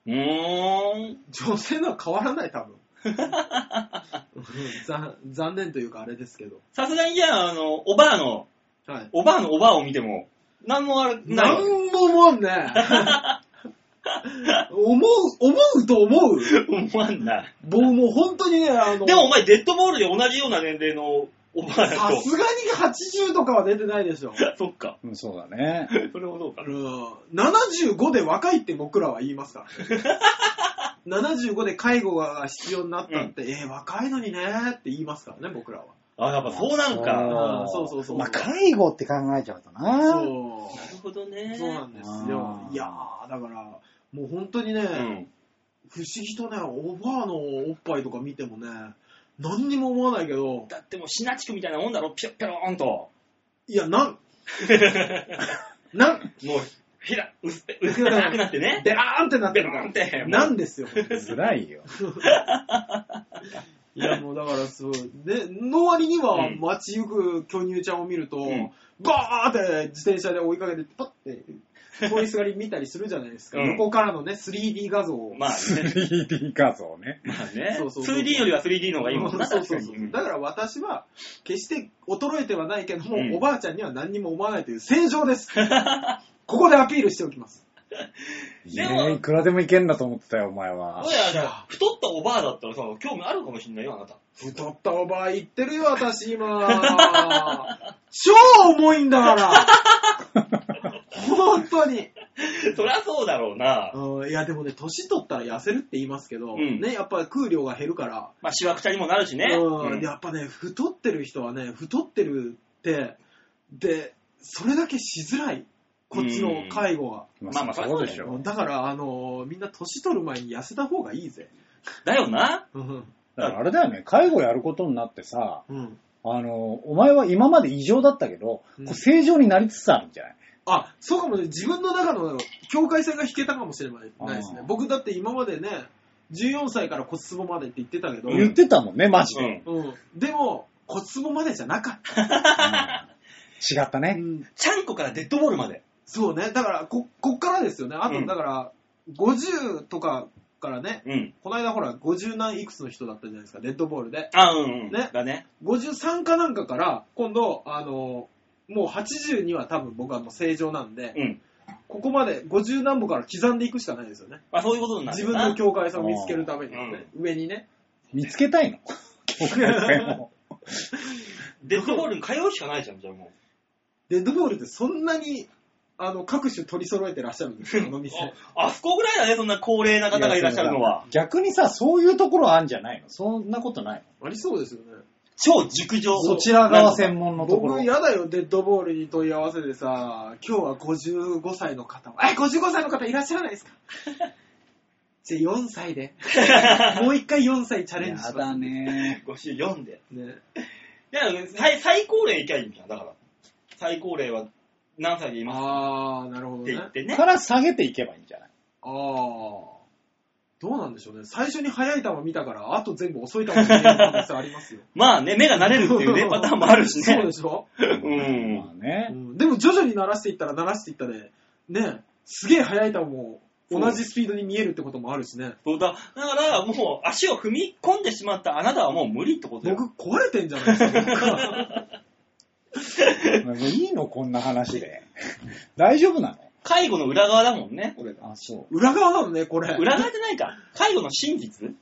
S1: うーん。
S2: 女性のは変わらない、多分。うん残残念というかあれですけど。
S1: さすがにじゃあ、あの、おばあの、
S2: はい。
S1: おばあのおばあを見ても、なんもあれ、ない
S2: な
S1: わ。
S2: んも思わんね。思う、思うと思う。
S1: 思わんな。
S2: 僕もう本当にね、あの、
S1: でもお前、デッドボールで同じような年齢のおばあだ
S2: さ
S1: と。
S2: すがに80とかは出てないでしょ。
S1: そっか。
S4: うんそうだね。
S1: それもどう
S2: う
S1: か。
S2: ん75で若いって僕らは言いま すから、ね、75で介護が必要になったって、えー若いのにねーって言いますからね、僕らは。
S1: あ、やっぱそうなのか。
S2: うんそうそうそう
S4: まあ、介護って考えちゃうとな。
S2: そ
S1: なるほどね。
S2: う。そうなんですよ
S4: あ。ー
S2: いやー、だから、もう本当にね、
S1: うん。
S2: 不思議とね、おばあのおっぱいとか見てもね、何にも思わないけど、
S1: だってもう、シナチクみたいなもんだろ、ピョッピョローンと。
S2: いや、なん、なん、
S1: もう、ひら、薄っぺ、薄っぺらくなって ね。
S2: ベラーンってなって
S1: ベ
S2: る
S1: ロンって。
S2: なんですよ。
S4: 辛いよ。
S2: いや、もうだからそう。で、の割には
S1: うん
S2: 街行く巨乳ちゃんを見ると、
S1: ん
S2: バーって自転車で追いかけて、パッて通りすがり見たりするじゃないですか。
S1: うん
S2: 横からのね、3D 画像を。
S1: まあね。
S4: 3D 画像ね。
S1: まあね。
S2: そうそうそう
S1: 2D よりは 3D の方がいいもんな、
S2: そう
S1: 確か
S2: そう
S1: に
S2: そうう。
S1: ん
S2: だから私は、決して衰えてはないけども、
S1: うん
S2: おばあちゃんには何にも思わないという正常 です。ここでアピールしておきます。
S4: い
S1: でも
S4: やいくらでもいけんだと思ってたよ、お前は
S1: ど。うやらじゃあ太ったおばあだったらさ、興味あるかもしんないよ、あなた。
S2: 太ったおばあ言ってるよ、私今。超重いんだから。本当に。
S1: そりゃそうだろうな。
S2: うんいや、でもね、年取ったら痩せるって言いますけど、
S1: うん
S2: ね、やっぱり空量が減るから、
S1: まあ、しわくちゃにもなるしね。
S2: うん
S1: うん
S2: やっぱね、太ってる人はね、太ってるって、で、それだけしづらい。こっちの介護は。
S1: まあまあ
S4: そうでし
S1: う
S4: ょ。
S2: だから、あのーみんな年取る前に痩せた方がいいぜ。
S1: だよな。
S2: うん。
S4: だからあれだよね、介護やることになってさ、
S2: うん。
S4: あの、お前は今まで異常だったけど、
S2: うん
S4: こう正常になりつつあるんじゃない
S2: あ、そうかもね、自分の中の境界線が引けたかもしれないないですね
S4: あ。ー
S2: 僕だって今までね、14歳から骨壺までって言ってたけど、
S1: うん
S4: 言ってたもんね、マジ
S1: う
S4: で。
S1: ん。
S2: うんでも、骨壺までじゃなかった。
S4: 違ったね。
S1: ちゃんこからデッドボールまで。
S2: そうね、だからこ、こっからですよね。あ
S1: う
S2: と、
S1: ん
S2: だから、50とかからね、
S1: うん。
S2: この間ほら、50何いくつの人だったじゃないですか、デッドボールで。
S1: あ、うん、うん。
S2: ね
S1: だね。
S2: 53かなんかから、今度、あの、もう80には多分僕はもう正常なんで、
S1: うん。
S2: ここまで50何歩から刻んでいくしかないですよね。
S1: まあ、そういうことになる
S2: 自
S1: よ
S2: 分
S1: な
S2: の境界線を見つけるためにはね、上にね。
S4: 見つけたいの。回戦を。
S1: デッドボールに通うしかないじゃん、じゃあも
S2: デッドボールってそんなに、あの、各種取り揃えてらっしゃるんですよ、この
S1: う
S2: 店。。
S1: あ、あそこぐらいだね、そんな高齢な方がいらっしゃるのは。
S4: 逆にさ、そういうところあんじゃないのそんなことない
S2: ありそうですよね。
S1: 超熟女。
S4: のそちら側専門のところ
S2: 僕。嫌だよ、デッドボールに問い合わせてさ、今日は55歳の方は、え、55歳の方いらっしゃらないですか じゃあ4歳で。もう一回4歳チャレンジし
S3: や
S2: ま
S3: だね。
S1: 54で。
S2: す。ね、
S1: いや、最最高齢行きゃいいんじゃん、だから。最高齢は何歳でいます
S2: あー、なるほど
S1: って
S2: ね
S1: 言。ってね。
S4: から下げていけばいいんじゃない
S2: あー。どうなんでしょうね。最初に速い球見たから、あと全部遅い球見れる可能性ありますよ。
S1: まあね、目が 慣れるっていう ね、パターンもあるしね。
S2: そうでしょ、
S1: うん
S4: ま。あね。
S2: うんでも徐々に慣らしていったら慣らしていったで、ね、すげえ速い球も同じスピードに見えるってこともあるしね。
S1: そうだ。だから、もう、足を踏み込んでしまったあなたはもう無理ってことよ。
S2: 僕壊れてんじゃないですか僕。
S4: もういいのこんな話で。 大丈夫な
S1: 介護の裏側だもんね、これが。
S4: のあ、そう。
S2: 裏側なのね、これ。
S1: 裏側じゃないか。介護の真実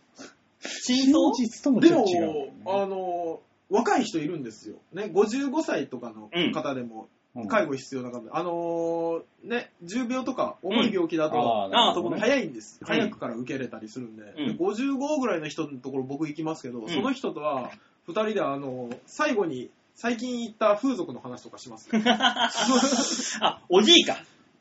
S1: 真相
S4: 真実ともち
S2: で
S4: ょっ
S2: も
S4: と違うん、だよね。
S2: あの、若い人いるんですよ。ね、55歳とかの方でも、
S4: うん
S2: 介護必要な方で、あのーね、重病とか重い病気だと、
S4: ーなるほど
S1: あーそこね
S2: 早いんです。
S1: ん
S2: 早くから受けれたりするんで、
S1: うん
S2: で55ぐらいの人のところ僕行きますけど、
S1: ん
S2: その人とは、二人であの、最後に、最近行った風俗の話とか しますよ。
S1: あ、おじいか。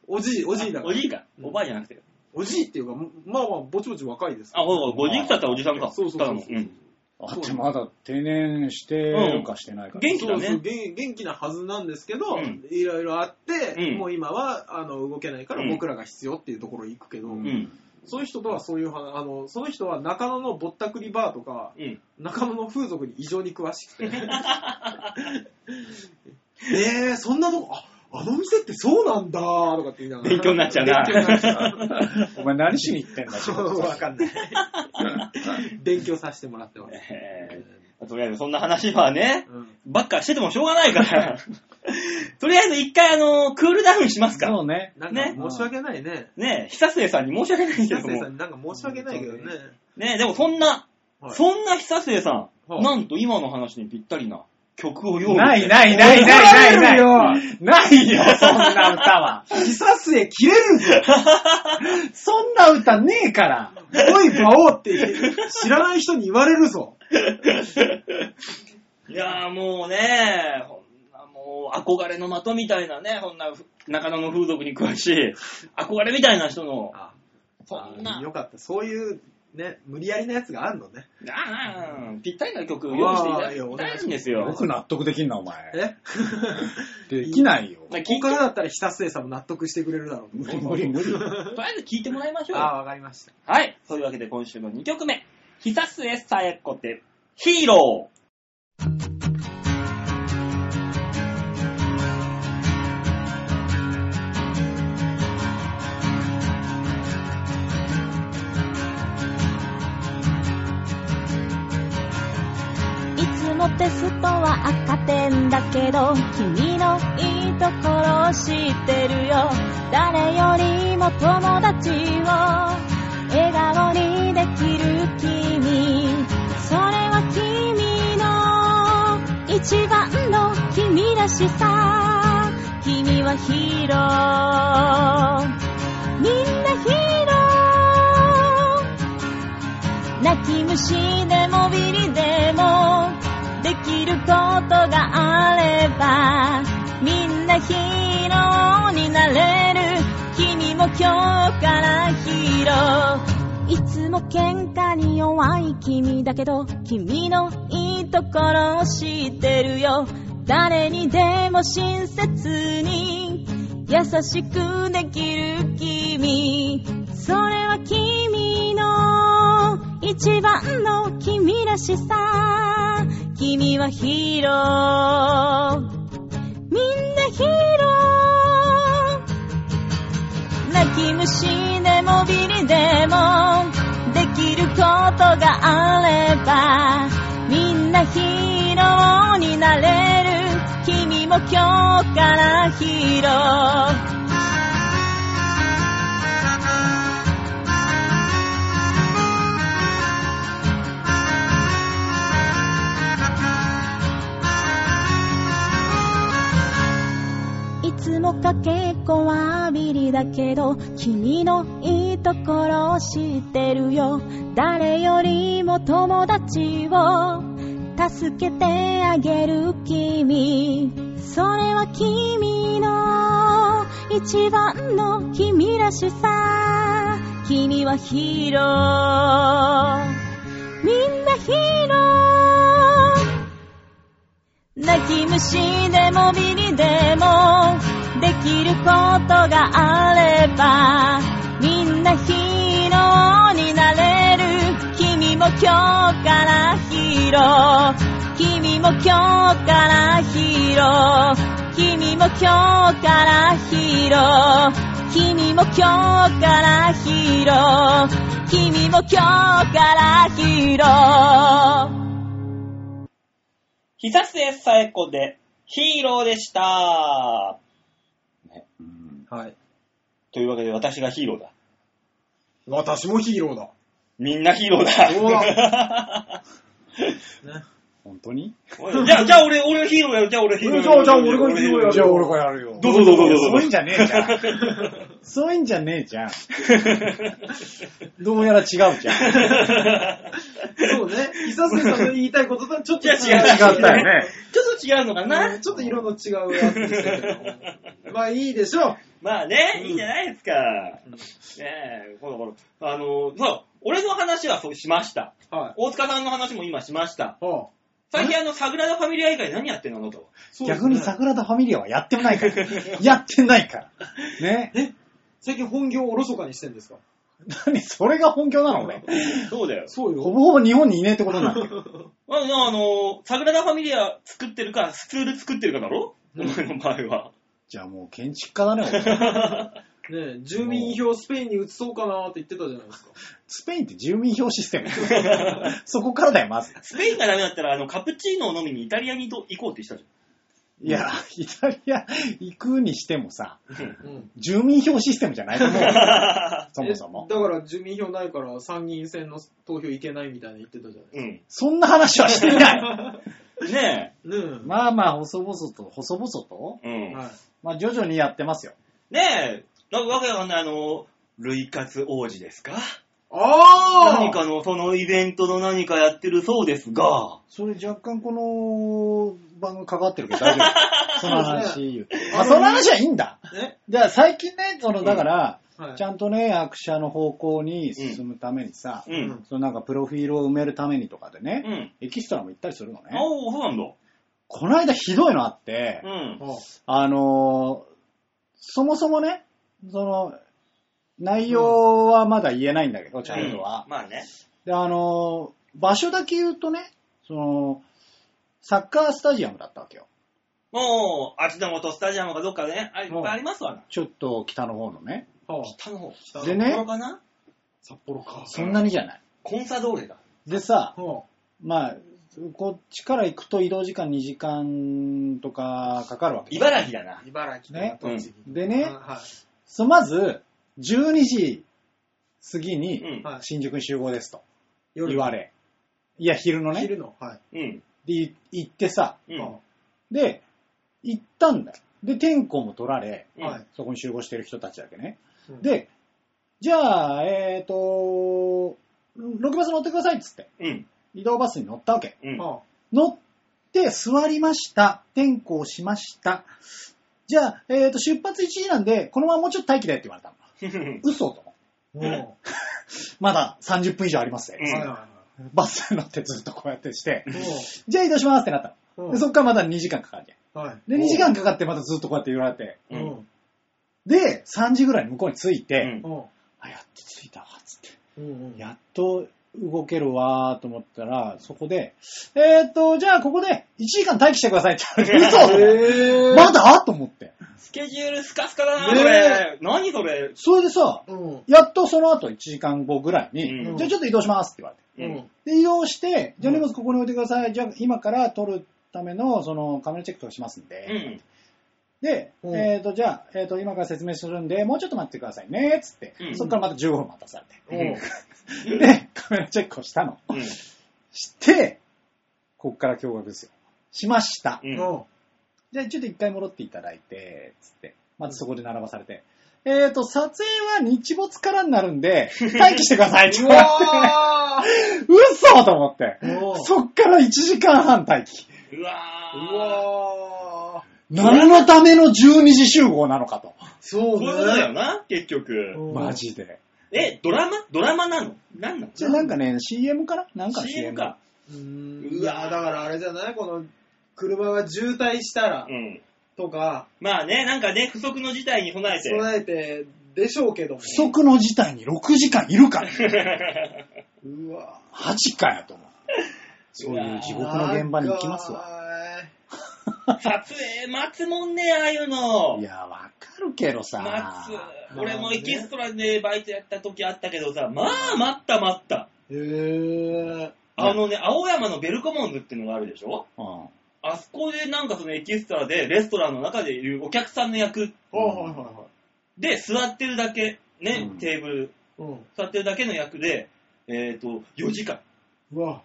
S2: おじい、おじいだ
S1: あ
S2: か
S1: お
S2: ら。
S1: じいか。
S2: うん
S1: おばあじゃなくて。
S2: おじいっていうか、まあまあ、ぼちぼち若いです。
S1: あ、おお50だったらおじさんか。
S2: そうそうそうそう
S1: ただのん
S4: あってまだ定年してるかしてないかね、
S1: 元気だ
S2: そうそう
S1: ね。
S2: 元元気なはずなんですけど、
S1: うん
S2: いろいろあって、
S1: うん
S2: もう今はあの動けないから
S1: うん
S2: 僕らが必要っていうところに行くけど、
S1: う
S4: う
S1: ん。
S2: そういう人とはそういう話あのその人は中野のぼったくりバーとか
S1: うん。
S2: 中野の風俗に異常に詳しくてえー、そんなとこああの店ってそうなんだとかって言いながら
S1: 勉強になっちゃうな
S2: 勉強になっちゃう
S4: お前何しに行ってんだ仕事
S2: わかんない 勉強させてもらってます、
S1: えーとりあえず、そんな話はね、
S2: うん
S1: ばっかしててもしょうがないから。 とりあえず一回、あの、クールダウンしますか。
S4: そうね。
S2: なん
S1: ね
S2: か申し訳ないね。
S1: ねえ、久末さんに申し訳ないけ
S2: 先
S1: ど
S2: 生さ
S1: も
S2: ん。になんか申し訳ないけどね。
S1: ねえ、でもそんな、
S2: はい
S1: そんな久末さん、
S2: はい
S1: なんと今の話にぴったりな曲を用意
S4: ないないないないないない。ないよ、そんな歌は。
S2: 久末切れるぜ
S4: そんな歌ねえから。
S2: おい、馬王って知らない人に言われるぞ。
S1: いやーもうね、ほんなもう憧れの的みたいなね、こんなふ中野の風俗に詳しい、憧れみたいな人の、
S2: あ
S1: そんな、
S2: よかった。そういう、ね、無理やりなやつがあるのね。
S1: あーぴったりな曲用意していただ
S2: うわーいやお
S1: き
S2: 願い
S1: た
S2: します
S1: いんです
S4: よ
S1: よ。
S4: く納得できんな、お前。
S2: え
S4: できないよ。
S1: まあ聞い
S2: ここ
S1: て
S2: からだったら久末さんも納得してくれるだろう。
S4: 無理無理無理。
S1: とりあえず聞いてもらいましょう
S2: あ
S1: よ。
S2: あ、わかりました。
S1: はい。というわけで今週の2曲目、久末さえこて、ヒーロー。
S5: いつもテストは赤点だけど君のいいところを知ってるよ誰よりも友達を笑顔にできる君それは君の一番の君らしさ君はヒーローみんなヒーロー泣き虫でもビリでもできることがあればみんなヒーローになれる君も今日からヒーローいつも喧嘩に弱い君だけど君のいいところを知ってるよ誰にでも親切に優しくできる君それは君の一番の君らしさ君はヒーローみんなヒーロー泣き虫でもビリでもできることがあればみんなヒーローになれる君も今日からヒーロー
S7: 「
S5: かけっこはビリだけど君のいいところを知ってるよ誰よりも友達を助けてあげる君それは君の一番の君らしさ君はヒーローみんなヒーロー泣き虫でもビリでもできることがあればみんなヒーローになれる君も今日からヒーロー君も今日からヒーロー君も今日からヒーロー君も今日からヒーロー君も今日からヒーロー
S6: ひさすえさえこで、ヒーローでした。ねうん
S2: はい。
S6: というわけで私がヒーローだ。
S2: 私もヒーローだ。
S6: みんなヒーローだ。
S2: そう
S6: だ
S2: ね。
S4: 本当に
S1: じゃあ、じゃあ俺、俺がヒーローやる。じゃあ俺ヒーローやる。
S2: じゃあじゃあ俺がヒーローやる
S4: じゃあ俺がやるよ。
S1: どうぞどうぞどうぞ
S4: そういうんじゃねえじゃん。 そういうんじゃねえ じゃん。どうやら違うじゃん。
S2: そうね。久々さんの言いたいこととはちょっと
S1: いや違う違
S4: 違った
S2: ね。
S4: よね。
S1: ちょっと違うのかな
S2: ちょっと色の違うやつでしたけど。まあいいでしょう。
S1: まあね、いいんじゃないですか。ねえ、ほらほら。あの、そう、俺の話はそうしました。
S2: はい。
S1: 大塚さんの話も今しました。
S2: はあ
S1: 最近あの、サグラダ・ファミリア以外何やってんのあのと。
S2: そうですね
S4: 逆に桜田ファミリアはやってないから。やってないから。 ね。
S2: 最近本業をおろそかにしてんですか
S4: 何それが本業なの俺。
S1: そうだよ。
S2: そう
S4: ほぼ。ほぼ日本にいねえってことになってる。
S1: まあ、あの、サグラダ・ファミリア作ってるか、スツール作ってるかだろお前の場合は。
S4: じゃあもう建築家だね、俺。
S2: ね住民票スペインに移そうかなって言ってたじゃないですか。
S4: スペインって住民票システ ム。そこからだよ、まず。
S1: スペインがダメだったら、あの、カプチーノを飲みにイタリアに行こうってしたじ
S4: いや、イタリア行くにしてもさ、
S2: うん。
S4: 住民票システムじゃない と思うよ。そもそも
S2: え。だから住民票ないから参議院選の投票いけないみたいに言ってたじゃ
S1: ゃん。うん。
S4: そんな話はしていない。
S1: ね
S2: ない。ねえ。
S4: まあまあ、細々と、細々と、
S1: え。うん。
S2: はい。
S4: まあ徐々にやってますよ。
S1: ねえ、なんかわけわかんない、あの、類活王子ですか
S2: ああ
S1: 何かの、そのイベントの何かやってるそうですが、
S4: それ若干この番組関わってるけど大丈 夫その話言う。
S2: あ
S4: あ、その話はいいんだ。
S2: え
S4: じゃあ最近ね、その、だから、
S2: はい
S4: ちゃんとね、役者の方向に進むためにさ、
S1: う
S2: うん
S1: ん。
S4: そのなんかプロフィールを埋めるためにとかで
S1: う
S4: ね、
S1: ん。
S4: エキストラも行ったりするのね。
S1: おー、そうなんだ。
S4: この間ひどいのあって、
S1: うん。
S2: あ
S4: あのーそもそもね、その、内容はまだ言えないんだけど、ちゃんとは
S1: うん。まあね。
S4: で、あのー場所だけ言うとね、その、サッカースタジアムだったわけよ。
S1: もう、秋田元スタジアムかどっかね、あいっぱいありますわな。
S4: ちょっと北の方のね。
S2: はあ
S1: 北の方。北
S4: で
S1: の方
S4: ね、
S1: かな
S2: 札幌か。
S4: そんなにじゃない。
S1: コンサドーレだ。
S4: でさ、
S2: は
S4: まあ、こっちから行くと移動時間2時間とかかかるわけ。
S1: 茨城だな
S2: あ。茨城ね。栃木
S4: でね
S2: は
S4: そうまず、12時過ぎ
S1: う
S4: に
S1: ん
S2: い。。はい。
S4: 新宿に集合ですと
S2: 夜
S4: 言われ。いや、昼のね。
S2: 昼の。はい。
S1: うん。
S4: で、い行ってさ、
S1: うん。
S2: あ
S4: で、行ったんだよ。で、天候も取られ、
S1: うん
S2: はい。
S4: そこに集合してる人たちだけね。
S2: うん、
S4: で、じゃあ、えっ、ー、と、6バス乗ってくださいっつって、
S1: うん。
S4: 移動バスに乗ったわけ。
S1: うん。
S2: は
S4: 乗って座りました。点呼しました。じゃあ、えっ、ー、と、出発1時なんで、このままもうちょっと待機でって言われたの。嘘と。
S2: あ。も
S4: まだ30分以上ありますね。
S2: う。
S1: うん
S2: はいは
S4: バスに乗ってずっとこうやってして、
S2: いはい。
S4: じゃあ移動しますってなった
S2: も
S4: の。
S2: う。
S4: でそっからまだ2時間かかるじ
S2: うん。はい。
S4: ゃん。で、2時間かかってまたずっとこうやって揺られて。
S1: う。
S2: うんん。
S4: で、3時ぐらいに向こうに着いうて、
S1: ん。
S2: うん。
S4: あ、やっと着いたわ、つって。
S2: うん。うん。
S4: やっと動けるわーと思ったら、そこで、えーっと、じゃあここで1時間待機してくださいって言われて、
S2: え
S4: 嘘
S2: ー
S4: まだと思って。
S1: スケジュールスカスカだな、
S2: ね
S1: こ
S2: え
S1: れ。何それ。
S4: それでさ、
S2: うん。
S4: やっとその後1時間後ぐらいに、
S2: うん
S4: じゃあちょっと移動しますって言われて。
S2: うん。
S4: で、移動して、じゃ
S2: う
S4: あ荷
S2: ん
S4: 物ここに置いてください。じゃあ今から撮るための、そのカメラチェックとかしますん
S1: う
S4: で。
S1: ん。
S4: で、
S2: うん
S4: えーっと、じゃあ、えーっと、今から説明するんで、もうちょっと待ってくださいね、つって
S1: う。ん
S4: そっからまた15分待たされ
S1: うん。
S4: て。で、カメラチェックをしたの。
S1: うん。
S4: して、こっから驚愕ですよ。しました。
S1: うん。
S2: うん。
S4: じゃあちょっと一回戻っていただいて、つって。まずそこで並ばされて。えっ、ー、と、撮影は日没からになるんで、待機してくださいって言われて、嘘と思って。
S2: おー
S4: そっから1時間半待機。
S1: うわー。
S2: うわー
S4: 何のための12時集合なのかと。
S2: そ
S1: そ
S2: う
S1: ういうことだよ
S2: ね。
S1: な、結局。
S2: うん
S4: マジで。
S1: え、ドラマドラマなのなんなの
S4: じゃあなんかね、CM かななんか
S1: CM か。。
S2: うーん
S1: う
S2: い
S1: わー
S2: や、だからあれじゃないこの、車が渋滞したら
S1: うん。
S2: とか、
S1: まあね、なんかね、不測の事態に備えて。
S2: 備えてでしょうけども。
S4: 不測の事態に6時間いるから。
S2: うわ
S4: 8かやと思う。そういう
S2: ー
S4: 地獄の現場に行きますわ。
S1: 撮影待つもんね、ああいうの
S4: い。や、わかるけどさ
S1: 待。つ。俺もエキストラでバイトやった時あったけどさ、まあ待った待った。
S2: 長いへえ。
S1: あのね、青山のベルコモンズっていうのがあるでしょ
S4: うん。
S1: あそこでなんかそのエキストラでレストランの中でいるお客さんの役
S2: はいはいはいは
S1: で座ってるだけ、ね、
S4: うん
S1: テーブル、
S2: い。うん。
S1: 座ってるだけの役で、えっ、と、4時間。
S2: うわ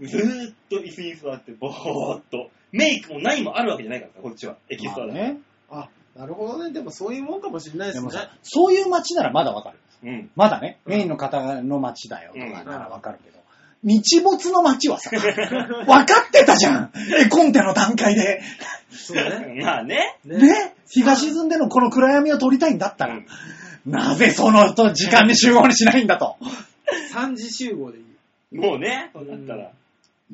S1: ずーっと椅子に座って、ぼーっと。メイクも何もあるわけじゃないからさ、こっちは。エキストラだ、
S4: まあね。
S2: あ、なるほどね。でもそういうもんかもしれないで
S4: です
S2: ね
S4: も。さ、そういう街ならまだわかる。
S1: うん。
S4: まだね、
S2: うん
S4: メインの方の街だよと
S1: うん
S4: かならわかるけど、日没の街はさ、 わかってたじゃん絵コンテの段階で。
S2: そうね。
S1: まあね。
S4: ね日が沈んでのこの暗闇を撮りたいんだったら、なぜそのと時間に集合にしないんだと。
S2: 3時集合でいい。
S1: もうね、そうなったら。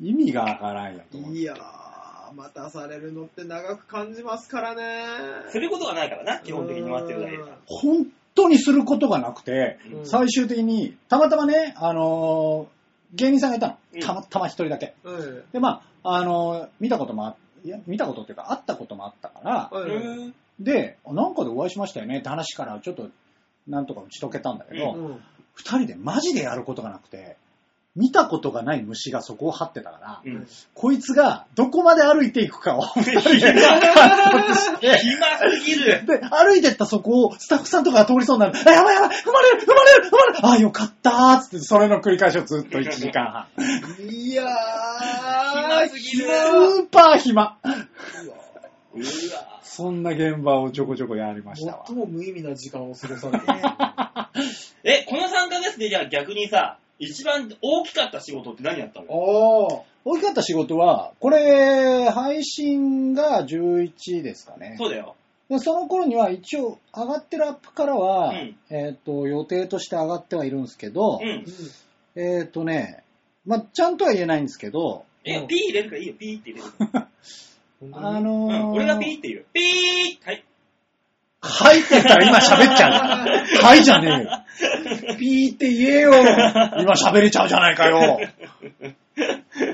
S4: 意味がわからんよと思って
S2: いやー、待たされるのって長く感じますからね。
S1: することがないからな、基本的に待ってるだけでさ。
S4: 本当にすることがなくて、
S2: うん
S4: 最終的に、たまたまね、あのー芸人さんがいた
S1: うん
S4: の。たまたま一人だけ。
S2: うん。
S4: で、まあ、あのー見たこともあ、いや、見たことっていうか、会ったこともあったから、
S1: う
S2: うん。
S1: ーん。
S4: で、あなんかでお会いしましたよねって話から、ちょっと、なんとか打ち解けたんだけ
S1: う
S4: ど、
S2: うん
S4: 二、人でマジでやることがなくて、見たことがない虫がそこを張ってたから、
S1: うん。
S4: こいつがどこまで歩いていくかを二人で
S1: 暇すぎる。
S4: で、歩いてったそこをスタッフさんとかが通りそうになる。あ、やばいやばい踏まれる踏まれる踏まれるあ、よかったーっつって、それの繰り返しをずっと1時間半。
S2: いやー、
S1: 暇すぎる
S4: スーパー暇
S1: うわ
S4: そんな現場をちょこちょこやりましたわ。
S2: 最も無意味な時間を過ごされてる。
S1: え、この参加ですね、じゃあ逆にさ、一番大きかった仕事って何やったの
S2: おー。
S4: 大きかった仕事は、これ、配信が11ですかね。
S1: そうだよ。
S4: でその頃には一応上がってるアップからは、
S1: うん
S4: えっ、と、予定として上がってはいるんですけど、
S1: うん。
S4: えっ、とね、まあ、ちゃんとは言えないんですけど、
S1: え、ピー入れるからいいよ、ピーって入れる。
S2: うん
S4: あ
S1: う
S4: のー
S1: ん、俺がピーって言う。ピーはい。
S4: はいって言ったら今喋っちゃうじゃん。はいじゃねえよ。ピーって言えよ。今喋れちゃうじゃないかよ。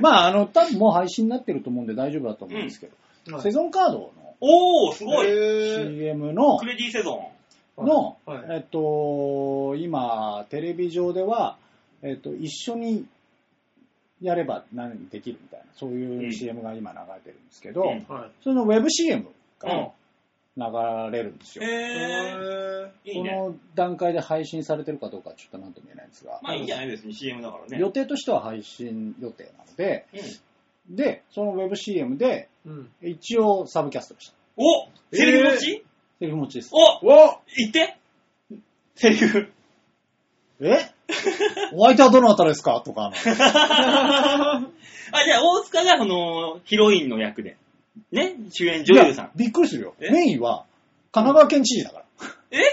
S4: まあ、あの、多分もう配信になってると思うんで大丈夫だと思うんですけど、
S2: はい
S4: セゾンカードの
S1: おー、すご
S2: へ
S1: い。
S2: ー
S4: CM の
S1: ク、レディセゾン。
S4: の、
S2: はい
S4: えっと、今、テレビ上では、えっと、一緒にやれば何できるみたいな、そういう CM が今流れてるんですけど、
S1: うん
S2: はい。
S4: そのウェブ CM
S1: うん
S4: が。流れるんですよ。
S1: へー。
S2: へ
S1: いいね。
S4: この段階で配信されてるかどうかはちょっとなんとも言えないんですが、
S1: まあいいんじゃない別に CM だからね。
S4: 予定としては配信予定なので、
S1: うん
S4: で、その WebCM で
S2: ーうん。
S4: 一応サブキャストでした。
S1: おセリフ持ち
S4: セリフ持ちです。
S1: お
S2: お
S1: 言ってセリフ。
S4: えお相手はどなたですかとかの。
S1: あ、じゃあ、大塚が、その、ヒロインの役で。ね主演女優さ
S4: いや
S1: ん。
S4: びっくりするよ。
S1: え
S4: メインは神奈川県知事だから。
S1: え
S4: え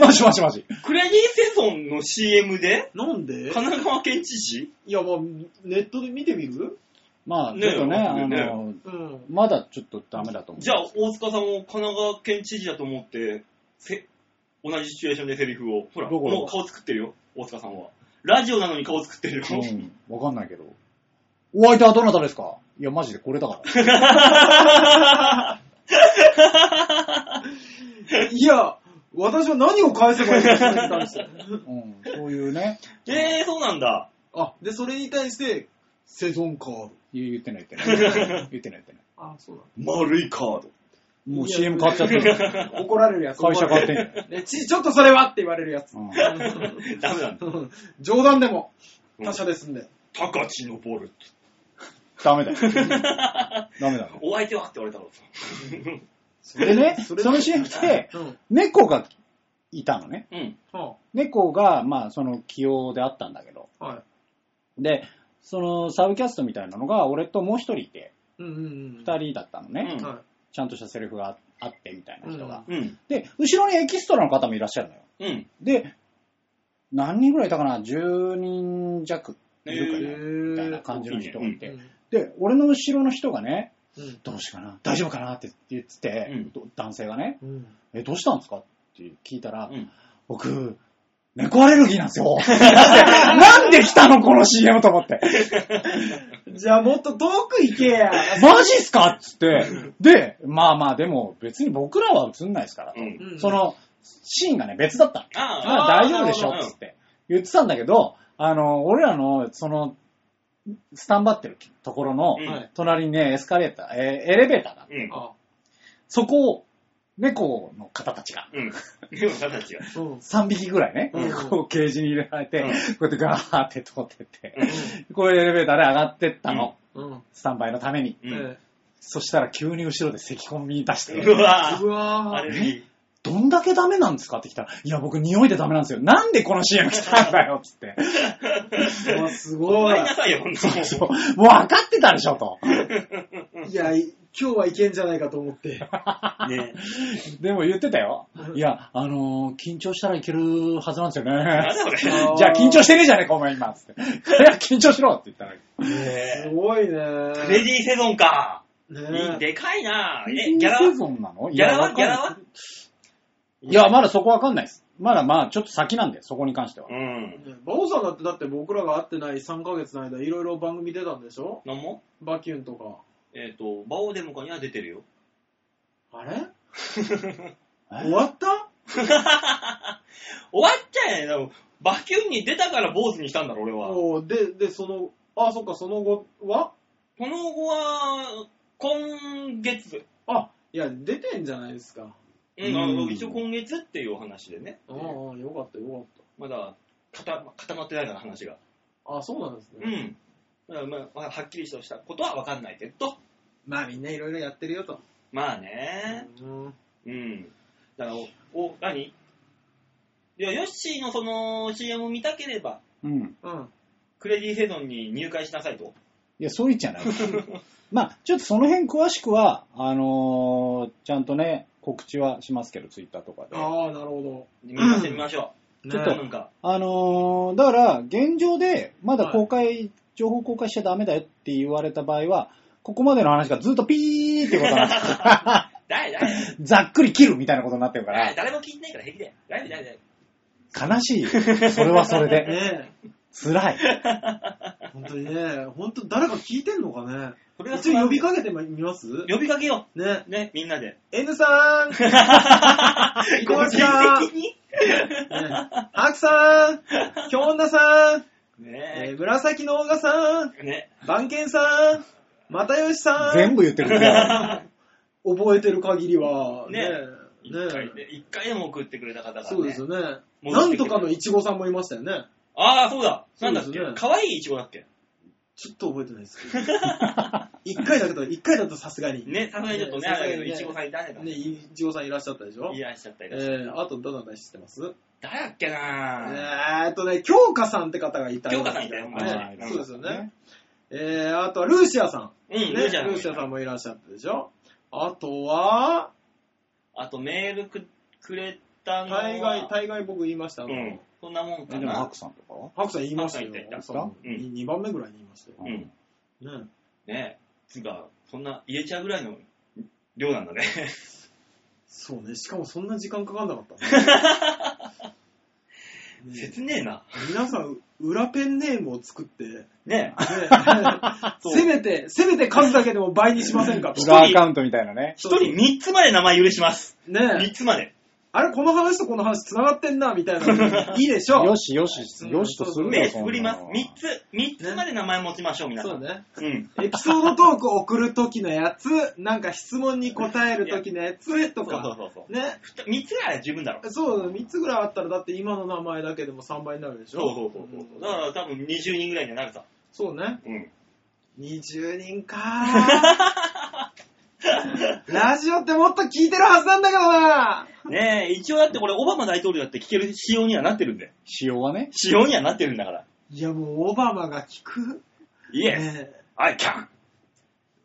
S4: マジマジマジ。
S1: クレディセゾンの CM で
S2: なんで
S1: 神奈川県知事
S2: いや、まあ、ネットで見てみる
S4: まあ、
S1: ね
S4: ちょっとね、
S1: ね
S4: あの、
S2: うん。
S4: まだちょっとダメだと思う。
S1: じゃあ、大塚さんを神奈川県知事だと思って、せ同じシチュエーションでセリフを。ほら、
S4: どこ
S1: もう顔作ってるよ、大塚さんは。ラジオなのに顔作ってるよ。
S4: うん、わかんないけど。お相手はどなたですかいや、マジでこれだか ら。
S2: いや、私は何を返せばいいのかに対して。
S4: うん、そういうね、
S1: えー、そうなんだ。
S2: あ、で、それに対して、セゾンカード。
S4: 言ってない言 ってない。言ってない言ってない。
S2: あ、そうだ。
S1: 丸いカード。
S4: もう
S2: いや
S4: CM 変わっちゃってる。
S2: 怒られるやつ。
S4: 会社変わってん
S2: る。
S4: じゃん
S2: ねち、ちょっとそれはって言われる やつ。
S4: うん。
S1: ダメなんだ。
S2: 冗談でも、他社ですんで。
S1: 高知のボルト。
S4: ダメだよ。ダメだよ。
S1: お相手はって言われたからさ。
S4: でね、
S2: そ
S4: そ
S2: れ
S4: の CM で、
S2: うん。
S4: 猫がいたのね。
S1: うん。
S2: は
S4: 猫が、まあ、その起用であったんだけど。
S2: あ、はい。
S4: で、そのサブキャストみたいなのが、俺ともう一人いて、
S2: うんうんうん。
S4: 二人だったのね、
S1: 人
S2: は
S4: ちゃんとしたセリフがあってみたいな人が。
S1: うん。
S4: で、後ろにエキストラの方もいらっしゃるのよ。
S1: うん。
S4: で、何人ぐらいいたかな ?10 人弱いる
S2: い。
S4: かな、
S1: へ
S4: みたいな
S2: ー
S4: 感じの人がい
S2: うん
S4: て、で、俺の後ろの人がね、
S2: うん
S4: どうしようかな大丈夫かなって言ってて、
S1: うん
S4: ど男性がね、
S2: うん。
S4: え、どうしたんですかって聞いたら、
S1: うん。
S4: 僕、猫アレルギーなんで すよ。なんで来たのこの CM と思って。
S3: じゃあもっと遠く行けや。
S4: マジっすかっつって。で、まあまあ、でも別に僕らは映んないですから。
S1: うん。
S2: うん
S4: そ、の、シーンがね、別だったの。
S1: ああ、
S4: まあ大丈夫でしょっつって言ってたんだけど、あの、俺らの、その、スタンバってるところの
S1: うん
S2: はい、
S4: 隣にね、エスカレーター、えーエレベーターがある、
S1: うん。
S2: あ、
S4: そこを、猫の方たちが、
S1: うん。ようさたちが。
S2: うん。
S4: 3匹ぐらいね、
S2: うん
S4: こうケージに入れられて、
S1: うん
S4: こうやってガーって通ってって、
S1: う
S4: こうエレベーターで上がってったの、
S2: うん。
S4: スタンバイのために。
S1: ん。うん
S2: え
S4: そしたら急に後ろで咳込み出して、
S1: うわ
S2: ー
S1: ぁ。
S2: うわ
S1: ア
S2: ー
S1: レルギ
S4: どんだけダメなんですかって来たら、いや、僕匂いでダメなんですよ。なんでこの CM 来たんだよっつって。
S2: うわす
S1: ー。ご
S2: ごい
S1: めん。なさいよ、ほんと。
S4: そう。もう分かってたでしょ、と。
S2: いや、い今日はいけんじゃないかと思って。
S1: ね
S4: でも言ってたよ。いや、あのー緊張したらいけるはずなんですよ
S1: え。
S4: ね
S1: なん。だこれ。
S2: あー
S4: じゃあ緊張してねえじゃねえか、お前今。つって。いや、緊張しろって言ったら。
S2: すごいねー。
S1: レディーセゾンか。
S2: ね
S1: でかいなぁ。え、
S4: 緊
S1: ギャラ
S4: 張
S1: は
S4: セゾンなの
S1: ギャラはギャラ
S4: わか
S1: は
S4: んないいや、まだそこわかんないです。まだまあ、ちょっと先なんで、そこに関しては
S1: う。ん。
S2: ねバオさんだって、だって僕らが会ってない3ヶ月の間、いろいろ番組出たんでしょ
S1: なんも
S2: バキュンとか。
S1: えっと、バオデモカには出てるよ。
S2: あれ
S4: え
S2: 終わった
S1: 終わっちゃえない。バキュンに出たから坊主にしたんだろ、俺は。
S2: おうで、で、その、あ、そっか、その後は
S1: この後は、今月。
S2: あ、いや、出てんじゃないですか。
S1: うんあの、
S4: うん
S1: 一応今月っていうお話でね。
S2: ああ、よかった、よかっ
S1: まだ固固まってないから話が。
S2: た。あ、そうなんです
S1: う
S2: ね。
S1: ん。だからまあまあ、はっきりとしたことは分かんないけど。
S2: まあ、みんないろいろやってるよと。
S1: まあね。
S2: うん。
S1: うん。だから、お、お何いや、ヨッシーのその CM を見たければ、
S4: うん。
S2: うん。
S1: クレディセゾンに入会しなさいと。
S4: いや、そう言っ ちゃない。まあ、ちょっとその辺詳しくは、あのーちゃんとね、告知はしますけど、ツイッターとかで。
S2: ああ、なるほ
S1: 見ましょう、見ましょ
S2: ど。
S4: ちょっ
S1: う。
S4: と
S1: なんか、
S4: あのーだから、現状で、まだ公開、情報公開しちゃダメだよって言われた場合は、ここまでの話がずっとピーってことになってるから、
S1: 誰、誰、
S4: ざっくり切るみたいなことになってるか
S1: 誰
S4: ら、
S1: 誰も聞いてないから平気だよ。誰、誰、誰。
S4: 悲しいよ。それはそれで。
S2: ね
S4: 辛い。
S2: え、本当にね、本当誰か聞いてんのかね。
S1: それが
S2: 一応呼びかけてみます
S1: 呼びかけよ
S2: ね。
S1: う。ね、みんな で。
S2: N さん聞いてますか
S1: 的に
S2: ねハクさん京女さん、え
S1: ね
S2: ー紫のオーガさん
S1: え。ね
S2: 番犬さん又吉さん
S4: 全部言ってるんだよ。
S2: 覚えてる限りは、
S1: ね
S2: ね
S1: 一
S2: ね
S1: 回で、一回でも送ってくれた方がね。
S2: そうですよね。
S1: 戻
S2: な
S1: って
S2: ん
S1: きて
S2: とかのイチゴさんもいましたよね。
S1: ああ、そうだ。な
S2: そうんで
S1: だっ
S2: す
S1: け
S2: ね
S1: 可愛いイチゴだっけ
S2: ちょっと覚えてないですけど。 一回だけど、一回だとさすがに。ね、
S1: ね、さすがにちょっとね、
S2: ね
S1: あれだけど、
S2: ね
S1: イチゴさんいたね。
S2: イチゴさんいらっしゃったでしょ
S1: いらっしゃった、い
S2: え
S1: らっしゃっ
S2: ー、あとどなた知ってます
S1: た。誰だっけ
S2: え
S1: な
S2: ーっとね、京香さんって方がいた
S1: 京香さんいたよ
S2: ね
S1: この前
S2: そうですよね。。えー、あとはルーシアさん。
S1: うん、
S2: ね、
S1: ル
S2: ル
S1: ーシア
S2: ーシアさんもいらっしゃったでしょあとは、
S1: あとメールくくれたのは。
S2: 大概、大概僕言いました。あ
S1: う
S2: の
S1: ん。そんなもん
S4: え
S1: か
S4: でも、ハ
S1: な
S4: ク。さんとかは
S2: ハクさん言いました
S1: ハク
S2: よ
S1: さん言った。
S2: ハクさん
S1: 言った
S2: 2番目ぐらいに言いましたよ。
S1: うん。
S2: ね、
S1: ねつうか、そんな入れちゃうぐらいの量なんだね。
S2: そうね、しかもそんな時間かかんなかった。ね
S1: 切ねえな。
S2: 皆さん、裏ペンネームを作って、ね
S1: ね そう
S2: せめて、せめて数だけでも倍にしませんかと。
S4: 裏アカウントみたいなね。
S1: 一人三つまで名前許します。三
S2: ね
S1: つまで。
S2: あれ、この話とこの話繋がってんな、みたいな。いいでしょ
S4: よ
S2: う。
S4: しよし、よしとする
S1: 目
S4: よ、
S1: 振ります。三
S4: 3
S1: つ、三つまで名前持ちましょう、皆さん。
S2: そうね。
S1: うん。
S2: エピソードトーク送るときのやつ、なんか質問に答えるときのやつと
S1: そうそう
S2: か、
S1: そうそう。
S2: ね。
S1: ふた三つぐらいは十分だろ。
S2: そう、3つぐらいあったら、だって今の名前だけでも3倍になるでしょ。
S1: そうそうそうそう。だから多分20人ぐらいにはなるさ。
S2: そうね。
S1: うん。
S2: 20人かーラジオってもっと聞いてるはずなんだけどな
S6: ねえ、一応だってこれオバマ大統領だって聞ける仕様にはなってるんで。
S4: 仕様はね。
S6: 仕様にはなってるんだから。
S2: いや、もうオバマが聞く。
S6: Yes,
S2: ね
S6: I can.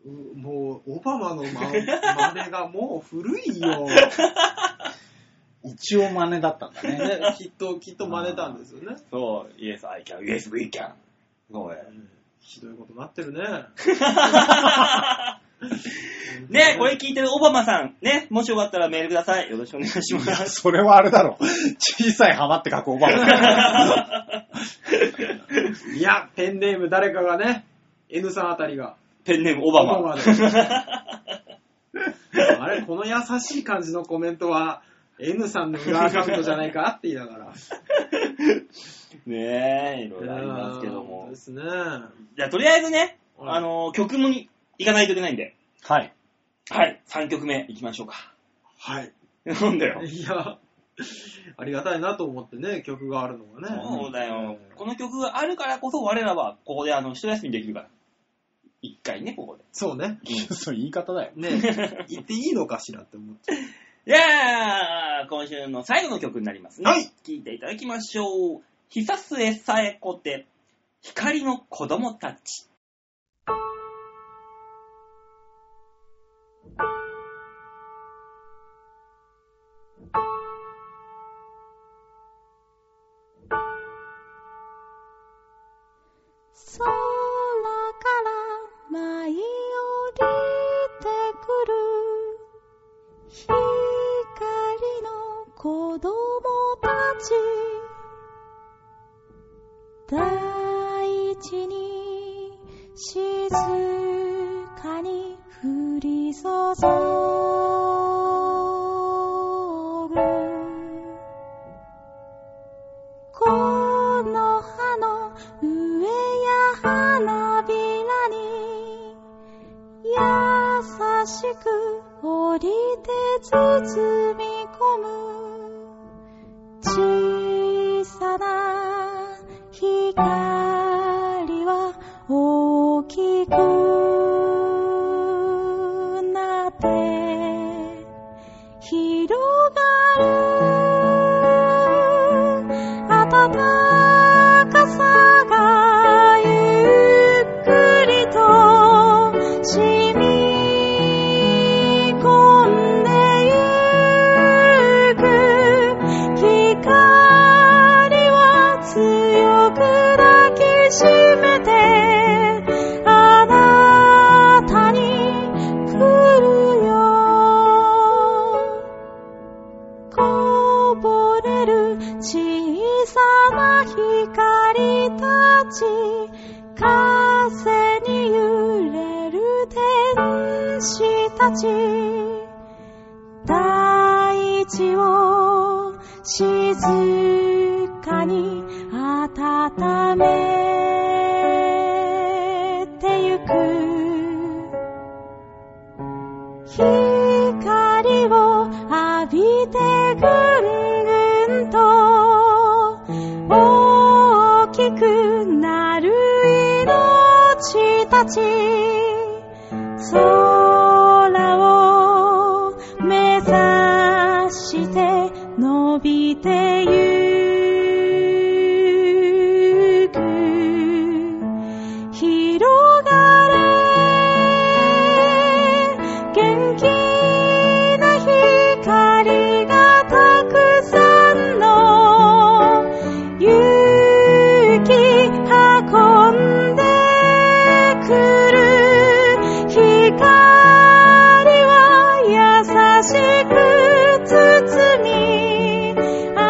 S2: えうもう、オバマ のま真似がもう古いよ。
S4: 一応真似だったんだ ね。
S2: ね、きっと、きっと真似たんですよね。
S6: そう、Yes, I can. Yes, we can. そうね
S2: ひどいことなってるね。
S6: ねえ、これ聞いてるオバマさん、ね、もしよかったらメールください。よろしくお願いします。
S4: それはあれだろ。小さい浜って書くおば あ。
S2: いや、ペンネーム誰かがね、N さんあたりが。
S6: ペンネームオバマ。
S2: オバマであれ、この優しい感じのコメントは、N さんの裏アカウントじゃないかって言いながら。
S6: ねえ、いろいろありますけども
S2: うん。ですね。
S6: じゃあ、とりあえずね、
S2: はい
S6: あのー曲もに行かないといけないんで。
S4: はい。
S6: はい、3曲目行きましょうか。
S2: はい。
S6: なんだよ。
S2: いや、ありがたいなと思ってね、曲があるのがね。
S6: そうだよ。この曲があるからこそ我らは、ここであの、一休みできるから。一回ね、ここで。
S2: そうね。
S4: そう言い方だよ。
S2: ね、言っていいのかしらって思って。
S6: じゃあ、今週の最後の曲になりますね。
S2: はい。
S6: 聴いていただきましょう。久末さえこて、光の子供たち。
S5: 空から舞い降りてくる光の子供たち大地に静かに降り注ぐこの葉の上や花びらに優しく降りて包み込む小さな光は大きくなって広がる暖かさがゆっくりと染み込んでゆく光は強く抱きしめてあなたに来るよこぼれる小さな光たち風に揺れる天使たち大地を静かに温めてゆく光を浴びてぐんぐんと大きくなる命たち空を目指して伸びてゆく広がる元気な光がたくさんの勇気運んでくる光は優しく包みあ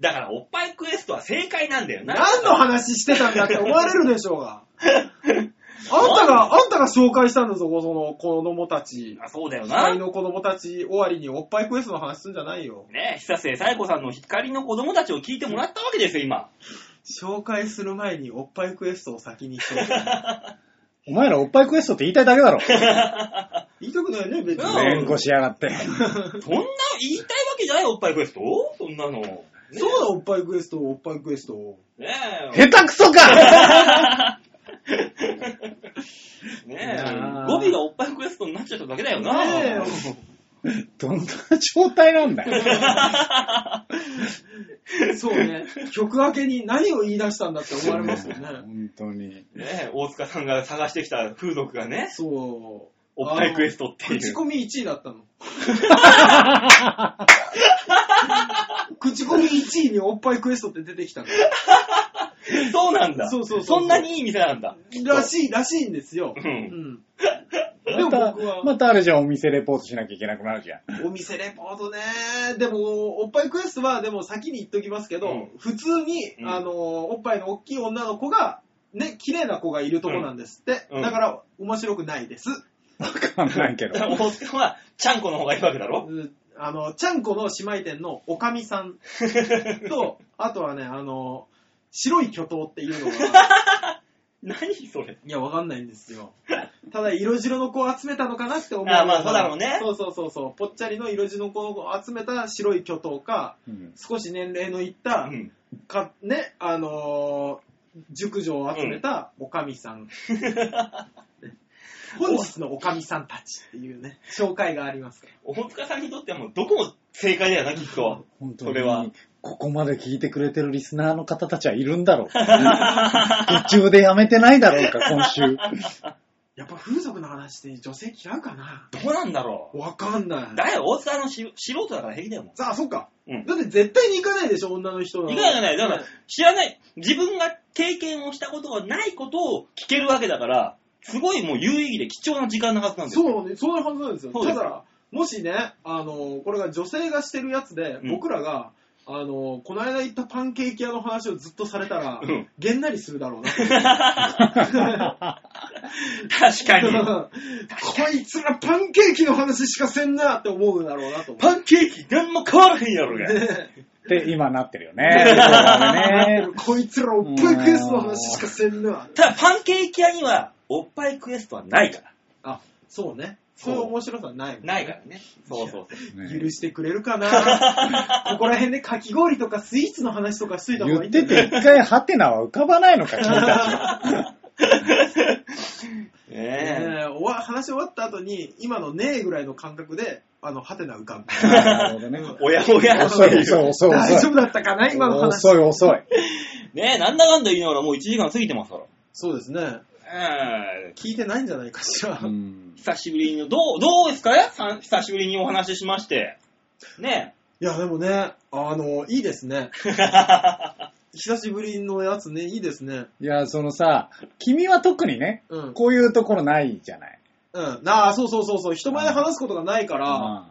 S1: だから、おっぱいクエストは正解なんだよな。
S2: 何の話してたんだって思われるでしょ うが。あんたが、あんたが紹介したんだぞ、その子供たち。
S1: あそうだよな
S2: 光。の子供たち終わりにおっぱいクエストの話すんじゃないよ。
S1: ねえ、久瀬冴子さんの光の子供たちを聞いてもらったわけですよ、今。
S2: 紹介する前におっぱいクエストを先に紹介。
S4: お前らおっぱいクエストって言いたいだけだろ。
S2: 言いたくないね、別に。
S1: うん
S4: 連呼しやがって。
S1: そんな、言いたいわけじゃない、おっぱいクエストそんなの。ね
S2: そうだ、おっぱいクエスト、おっぱいクエスト。
S1: え。
S4: 下手くそか
S1: ねえ
S4: なあ
S1: 語尾がおっぱいクエストになっちゃっただけだよな。
S2: ね
S4: どんな状態なんだよ。
S2: そうね。曲明けに何を言い出したんだって思われますよね。
S4: 本当に。
S1: ねえ、大塚さんが探してきた風俗がね、
S2: そう。
S1: おっぱいクエストってい
S2: 口
S1: う。
S2: コミ1位だった の。口コミ1位におっぱいクエストって出てきたの。
S1: そうなんだ。
S2: そうそうそうそう
S1: そんなにいい店なんだ。
S2: らしい、らしいんですよ
S1: う。。
S2: うんん。でも
S4: また
S2: 僕は、、
S4: またあれじゃん、お店レポートしなきゃいけなくなるじゃん。
S2: お店レポートね。でも、おっぱいクエストは、でも先に言っときますけど、
S1: うん
S2: 普通に、
S1: うん
S2: あの、おっぱいの大きい女の子が、ね、綺麗な子がいるとこなんですって。
S1: うんうん
S2: だから、面白くないです。
S4: わかんないけど。
S1: 大塚は、ちゃんこの方がいいわけだろ
S2: うんあの、ちゃんこの姉妹店のおかみさん と、あとはね、あの、白い巨頭っていう のが、
S1: 何それ。
S2: いや、わかんないんですよ。ただ、色白の子を集めたのかなって思う。
S1: あまあそうだろうね
S2: そうそうそうそう。ぽっちゃりの色白の子を集めた白い巨頭か、
S4: うん
S2: 少し年齢のいっ
S1: う
S2: た、
S1: ん。
S2: か、ね、あのー熟女を集めたおかみさ ん。本日のおかみさんたちっていうね、紹介がありますから。
S1: 大塚さんにとってはもう、どこも正解だよな、きっと。
S4: 本当
S1: それは
S4: に、ここまで聞いてくれてるリスナーの方たちはいるんだろう。途中でやめてないだろうか、今週。
S2: やっぱ風俗の話って女性嫌うかな
S1: どうなんだろう。
S2: わかんない。
S1: だよ、大塚のし素人だから平気だよ、もう
S2: さあ、そっか、
S1: うん
S2: だって絶対に行かないでしょ、女の人の。
S1: いかがじゃない。だから、知らない、自分が経験をしたことがないことを聞けるわけだから、すごいもう有意義で貴重な時間なはずなんですよ。
S2: そうね、そういうはずなんですよ。
S1: そうで
S2: た
S1: す
S2: だ、もしね、あの、これが女性がしてるやつで、
S1: うん
S2: 僕らが、あの、この間行ったパンケーキ屋の話をずっとされたら、
S1: うん
S2: げんなりするだろうな。
S1: 確かに。
S2: こいつらパンケーキの話しかせんなって思うだろうなと思
S1: パンケーキ何も変わらへんやろが。
S4: って今なってるよね。そうだね
S2: う。 こいつらおっぱいクエストの話しかせんな。
S1: ただ、パンケーキ屋には、おっぱいクエストはないから。
S2: あ、そうね。そういう面白さはないもん。
S1: ないからね。そうそうそう。
S2: 許してくれる かなここら辺でかき氷とかスイーツの話とかしといた方がい
S4: 言
S2: い
S4: っ
S2: んじゃな
S4: て
S2: い
S4: て一回ハテナは浮かばないのか、君た
S1: ねえ。
S2: ねえ、おわ話終わった後に、今のねえぐらいの感覚で、あの、ハテナ浮かんで。
S4: ち。なるほどね。
S1: おやおや
S4: 遅い、遅い、遅い。
S2: 大丈夫だったかな今の話。
S4: 遅い、遅い。
S1: ねえ、なんだかんだ言いながらもう1時間過ぎてますから。
S2: そうですね。
S1: ええ
S2: 聞いてないんじゃないかしら。
S4: うん
S1: 久しぶりに、どう、どうですかねさん久しぶりにお話ししまして。ね
S2: いや、でもね、あの、いいです ね。
S1: え。は
S2: 久しぶりのやつね、いいですね。
S4: いや、そのさ、君は特にね、
S2: うん。
S4: こういうところないじゃない。
S2: うん。なあ、そうそうそうそう。人前で話すことがないから、
S4: あ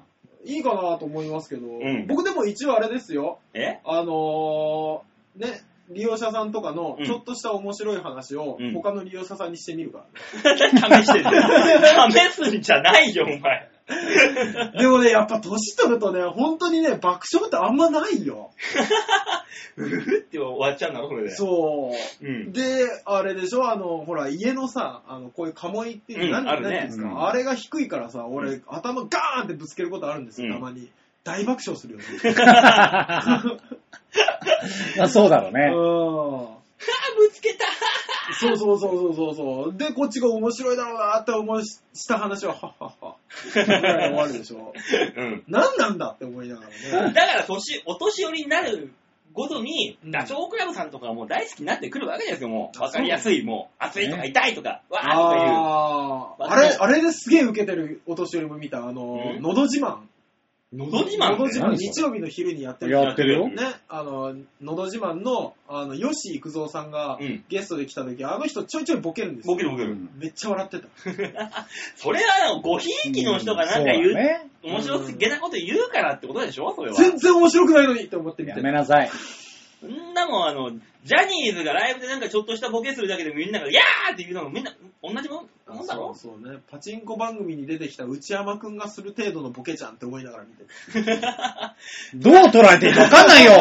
S2: いいかなと思いますけど、
S1: ん
S2: 僕でも一応あれですよ。
S1: え
S2: あのー、ね、利用者さんとかの
S1: うん
S2: ちょっとした面白い話を
S1: うん
S2: 他の利用者さんにしてみるから。
S1: 試してる。試すんじゃないよ、お前。
S2: でもね、やっぱ年取るとね、本当にね、爆笑ってあんまないよ。
S1: うふって終わっちゃうんだろ、それで。
S2: そう。
S1: うん。
S2: で、あれでしょ、あの、ほら、家のさ、あの、こういう鴨居っていうの、
S1: うんあ
S2: 何
S1: るね
S2: 何ですか、
S4: うん
S2: あれが低いからさ、俺、頭ガーンってぶつけることあるんですよ、
S1: うん
S2: たまに。大爆笑す るよね。
S4: あそうだろう
S2: うん
S4: ね。
S1: あ、ぶつけた
S2: そうそうそうそうそうそう。で、こっちが面白いだろうなって思いした話は、はっはっ は。みたいな終わるでしょ。
S1: うん。
S2: 何なんだって思いなが らね。
S1: だから年、お年寄りになるごとに、
S2: うん
S1: ダチョウ倶楽部さんとかはもう大好きになってくるわけですよ、もう。
S2: あ
S1: わかりやすい、もう、熱いとか
S4: ね
S1: 痛いとか、わーとか
S2: ああー、
S1: わ
S2: あ
S1: かる
S2: れ、あれですげえ受けてるお年寄りも見た、あの、
S1: うん
S2: のど自慢。
S1: のど自慢
S2: のど自慢、
S4: 何それ
S2: 日曜日の昼にやってる。
S4: やってるよ。
S2: ね、あの、のど自慢の、あの、吉幾三さんが
S1: うん
S2: ゲストで来た時、あの人ちょいちょいボケるんです
S1: ボ
S2: よ。
S1: ケるボケ
S4: う
S1: る。
S4: ん
S2: めっちゃ笑ってた。
S1: それは、ごひいきの人がなんか言う、
S4: そうだね。
S1: 面白すげなこと言うからってことでしょそれは。
S2: 全然面白くないのにって思って見
S4: や
S2: て
S4: めなさい。
S1: そんなもん、あの、ジャニーズがライブでなんかちょっとしたボケするだけでみんなが、いやーって言うのもみんな、同じもん、もんだろ
S2: そうそうね。パチンコ番組に出てきた内山くんがする程度のボケじゃんって思いながら見てる。
S4: どう捉えていいかわかんないよ。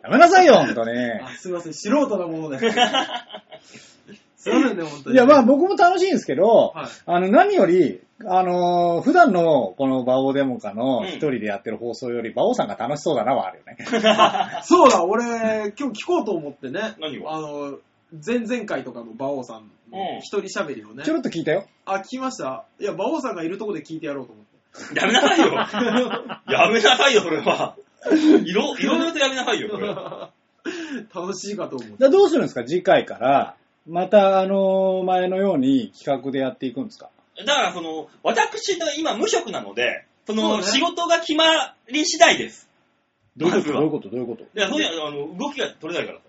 S4: やめなさいよ、ほんとに。
S2: あすいません、素人なもので。すいませんね、本当に。
S4: いや、まあ僕も楽しいんですけど、
S2: はい
S4: あの、何より、あのー普段のこの馬王デモカ
S1: うん
S4: の一人でやってる放送より、馬王さんが楽しそうだなはあるよね。
S2: そうだ、俺、今日聞こうと思ってね。
S1: 何を
S2: あの、前々回とかの馬王さん
S1: うん
S2: の一人喋りをね
S4: ちょ。ろっと聞いたよ。
S2: あ、聞きましたいや、馬王さんがいるとこで聞いてやろうと思って。
S1: やめなさい よやめなさいよ、それは。いろ、いろいろとやめなさいよ、それは。
S2: 楽しいかと思って。
S4: じゃあどうするんですか次回から、またあのー前のように企画でやっていくんですか
S1: だから、その、私の今無職なので、そ
S2: そ
S1: の、
S2: うね
S1: 仕事が決まり次第です。
S4: どういう
S1: ま
S4: こ
S1: ず
S4: と
S1: は
S4: どういうことどういうこと
S1: いや、そういう、あの、動きが取れないからさ。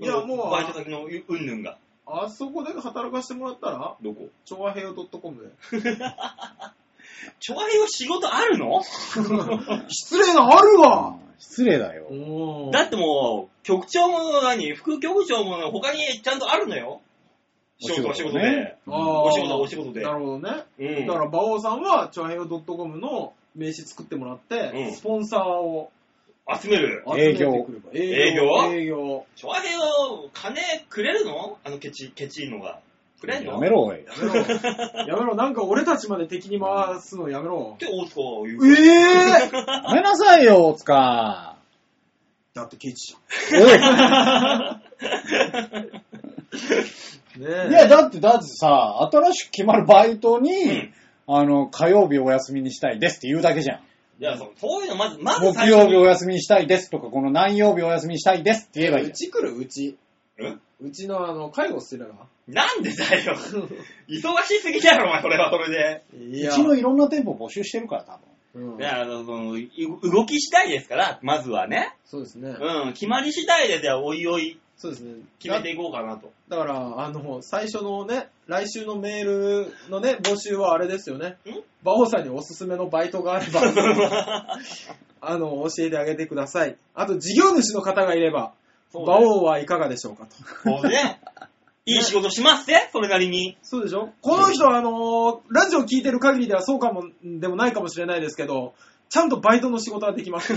S2: いやもう
S1: バイト先のうんぬんが。
S2: あそこで働かしてもらったら、
S1: どこ
S2: 調和平和 .com で。
S1: ちょわへよ仕事あるの
S2: 失礼な、あるわ
S4: うん失礼だよ。
S2: おー
S1: だってもう、局長も何、副局長も他にちゃんとあるのよ。仕事は仕事で。
S2: あー
S1: お仕事はお仕事で。
S2: なるほどね。
S1: うん
S2: だから、馬王さんは、チョアヘヨ .com の名刺作ってもらって、
S1: うん
S2: スポンサーを
S1: 集める。
S2: 集めてくれば。
S1: 営業
S2: 営業
S1: ちょわへよ、金くれるのあのケチ、ケチいのが。くれんの
S4: やめろ、お
S2: や
S4: い。
S2: めろ。やめろ。なんか俺たちまで敵に回すのやめろ
S1: っ。て大塚は言
S2: え
S1: う。
S2: えー、
S4: やめなさいよ、大塚。
S2: だってケチじ
S4: おい。
S2: ゃん。ねえ。
S4: いや、だって、だってさ、新しく決まるバイトに、
S1: うん
S4: あの、火曜日お休みにしたいですって言うだけじゃん。
S1: いや、そうそういうのまず、まず
S4: 木
S1: 最初
S4: 曜日
S1: に。
S4: お休みにしたいですとか、この何曜日お休みにしたいですって言えばいいうじ
S2: ち来るうち。
S1: ん
S2: うちのあの、介護してるな。
S1: なんでだよ。 忙しすぎだろ、お前、それはそれで。
S2: い
S4: ゃん。う
S2: や
S4: ちのいろんな店舗募集してるから、多分。
S2: うん
S1: いや、あの、そのい動き次第ですから、まずはね。
S2: そうですね。
S1: うん、決まり次第で、じゃあ、おいおい、
S2: そうですね。
S1: 決めていこうか なと。
S2: だから、あの、最初のね、来週のメールのね、募集はあれですよね
S1: ん。
S2: 馬王さんにおすすめのバイトがあれば、 あの、教えてあげてください。あと、事業主の方がいれば、
S1: そうね
S2: 馬王はいかがでしょうかと。
S1: こうね、いい仕事しますぜ、それなりに。
S2: そうでしょこの人は、あの、ラジオ聞いてる限りではそうかも、でもないかもしれないですけど、ちゃんとバイトの仕事はできます。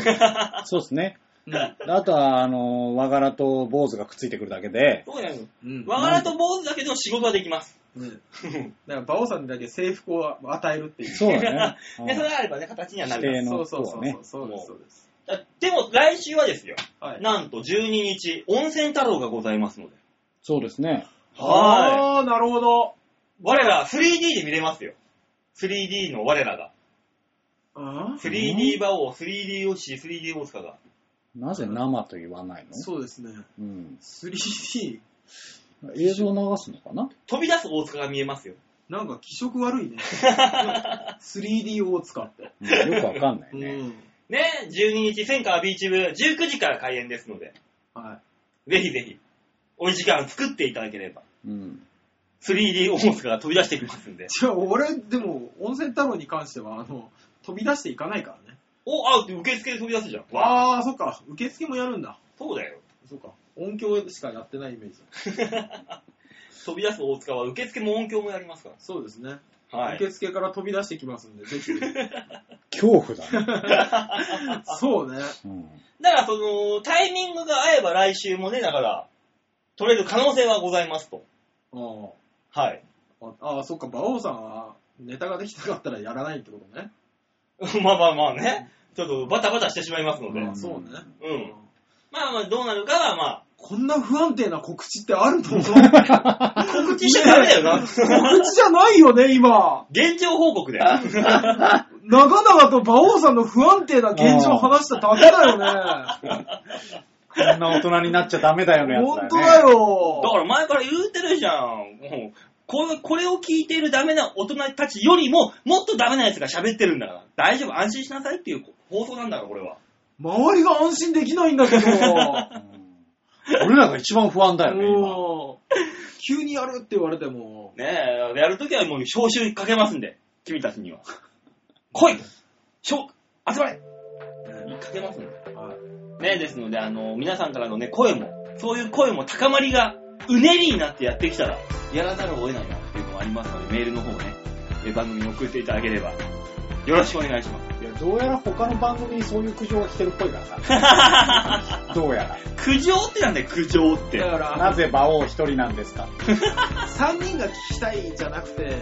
S4: そうですね。
S2: うん。
S4: あとは、あの、和柄と坊主がくっついてくるだけで、
S1: そうやん。
S2: うん。
S1: わがらと坊主だけど仕事はできます。
S2: うん
S1: うん
S2: だから、馬王さんにだけ制服を与えるっていう。
S4: そうだ
S1: で、それ
S4: ね。
S1: があればね、形にはな
S4: 指
S1: る
S4: 定
S2: そ
S4: の
S2: うそう
S4: 子
S2: そう
S4: は
S2: そ
S4: ね
S2: う。。そうです、そうです。
S1: だでも、来週はですよ、
S2: はい。
S1: なんと12日、温泉太郎がございますので。
S4: そうですね。
S1: は
S2: あー、なるほど。
S1: い。我ら 3D で見れますよ。3D の我らが。
S2: あ
S1: 3D 馬王、3D 推し、3D 大塚が。
S4: なぜ生と言わないの
S2: そうですね。
S4: うん。
S2: 3D、
S4: 映像流すのかな
S1: 飛び出す大塚が見えますよ。
S2: なんか気色悪いね。3D 大塚って。
S4: うんよくわかんないうね。
S2: ん。
S1: ね、12日、千川ビーチ部、19時から開演ですので、
S2: は
S1: ぜひぜひ、お時間作っていただければ、
S4: うん。
S1: 3D 大塚が飛び出してきますんで
S2: い。。じゃあ、俺、でも、温泉太郎に関しては、あの、飛び出していかないからね。
S1: お、あ、受付で飛び出すじゃん。わあ、
S2: あー、そっか。受付もやるんだ。
S1: そうだよ。
S2: そっか。音響しかやってないイメージだ。
S1: 飛び出す大塚は受付も音響もやりますか
S2: そうですね。
S1: ら。はい。
S2: 受付から飛び出してきますんで、 ぜひ。
S4: 恐怖だね。
S2: そうね。
S4: うん。
S1: だから、その、タイミングが合えば来週もね、だから、取れる可能性はございますと。
S2: あー
S1: はい。
S2: ああー、そっか。馬王さんは、ネタができなかったらやらないってことね。
S1: まあまあまあね、ちょっとバタバタしてしまいますので。
S4: うん
S2: そうね。
S1: うん。まあまあ、どうなるかはまあ、
S2: こんな不安定な告知ってあるの 告
S1: 告知しちゃダメだよな。
S2: 知じゃないよね、今。
S1: 現状報告で。
S2: 長々と馬王さんの不安定な現状を話しただけ だよね。
S4: こんな大人になっちゃダメだよね、やつだよ
S2: 本
S4: ね。
S2: 当だ
S1: だか
S2: よ。
S1: ら前から言うてるじゃん。もうこれこれを聞いているダメな大人たちよりも、もっとダメな奴が喋ってるんだから、大丈夫、安心しなさいっていう放送なんだろ、これは。
S2: 周りが安心できないんだけど。
S4: 俺らが一番不安だよね、今。
S2: もう、急にやるって言われても、
S1: ねえ、やるときはもう招集かけますんで、君たちには。 来い招集まれかけますんで。ねえ、ですので、あの、皆さんからのね、声も、そういう声も高まりが、うねりになってやってきたら、やらざるを得ないなっていうのもありますので、メールの方をね、え番組に送っていただければ、よろしくお願いし ます。
S4: いや、どうやら他の番組にそういう苦情が来てるっぽ いからさ。どうや
S1: 苦情ってなんだよ、苦情 って。
S2: だから
S4: ら。、なぜ馬王一人なんですか
S2: 3人が聞きたいじゃなくて、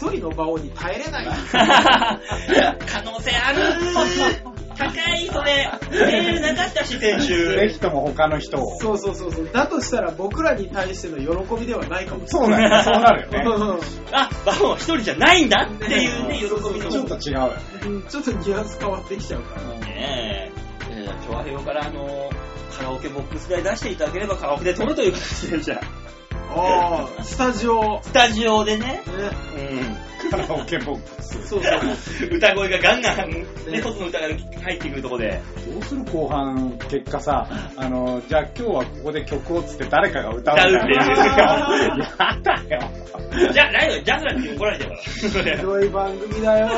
S2: 1人の馬王に耐えれない。
S1: 可能性ある 高い、それ。メールなかったし、先
S4: ぜ
S1: 週。
S4: ひとも他の人を。
S2: そうそうそうそう。だとしたら僕らに対しての喜びではないかもしれ
S4: そうだよね、そうなるよね。
S2: ない。
S1: あ、バオは一人じゃないんだっていうね、喜びの。
S4: ちょっと違うよね。
S2: うんちょっとニュアンス変わってきちゃうから。
S1: ねえ、えー、調和平和からあのーカラオケボックス代出していただければカラオケで撮るという形でじゃあ、
S2: ああ、スタジオ。ね、
S1: スタジオでね、
S4: カラオケボックス。
S2: そうそう。
S1: 歌声がガンガン、ね、一つの歌が入ってくるとこで、
S4: どうする後半、結果さ、あの、じゃあ今日はここで曲をつって誰かが歌うみたいな やだよ。
S1: じゃあ、ライブ、ジャズラって怒られちゃうから
S2: ひ。どい番組だ よ。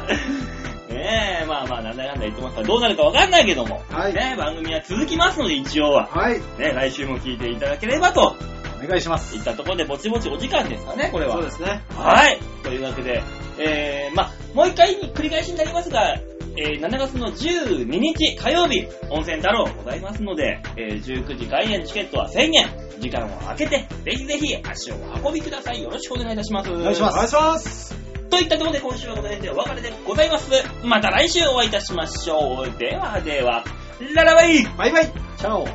S1: ねえ、まあまあ、なんだかんだ言ってますから、どうなるかわかんないけども、
S2: はい
S1: ねえ、番組は続きますので、一応は。
S2: はい。
S1: ねえ、来週も聞いていただければと、
S4: お願いします。
S1: いったところで、ぼちぼちお時間ですかね、これは。
S2: そうですね。
S1: はい。というわけで、えー、まあ、もう一回繰り返しになりますが、えー、7月の12日火曜日、温泉太郎ございますので、えー、19時開演チケットは1000円。時間を空けて、ぜひぜひ足をお運びください。よろしくお願いいたします。お
S4: お願いします。
S2: お願いします。
S1: といったところで今週はこの辺でお別れでございます。また来週お会いいたしましょう。ではでは、ララバイ
S2: バイバイ。
S4: チャオ。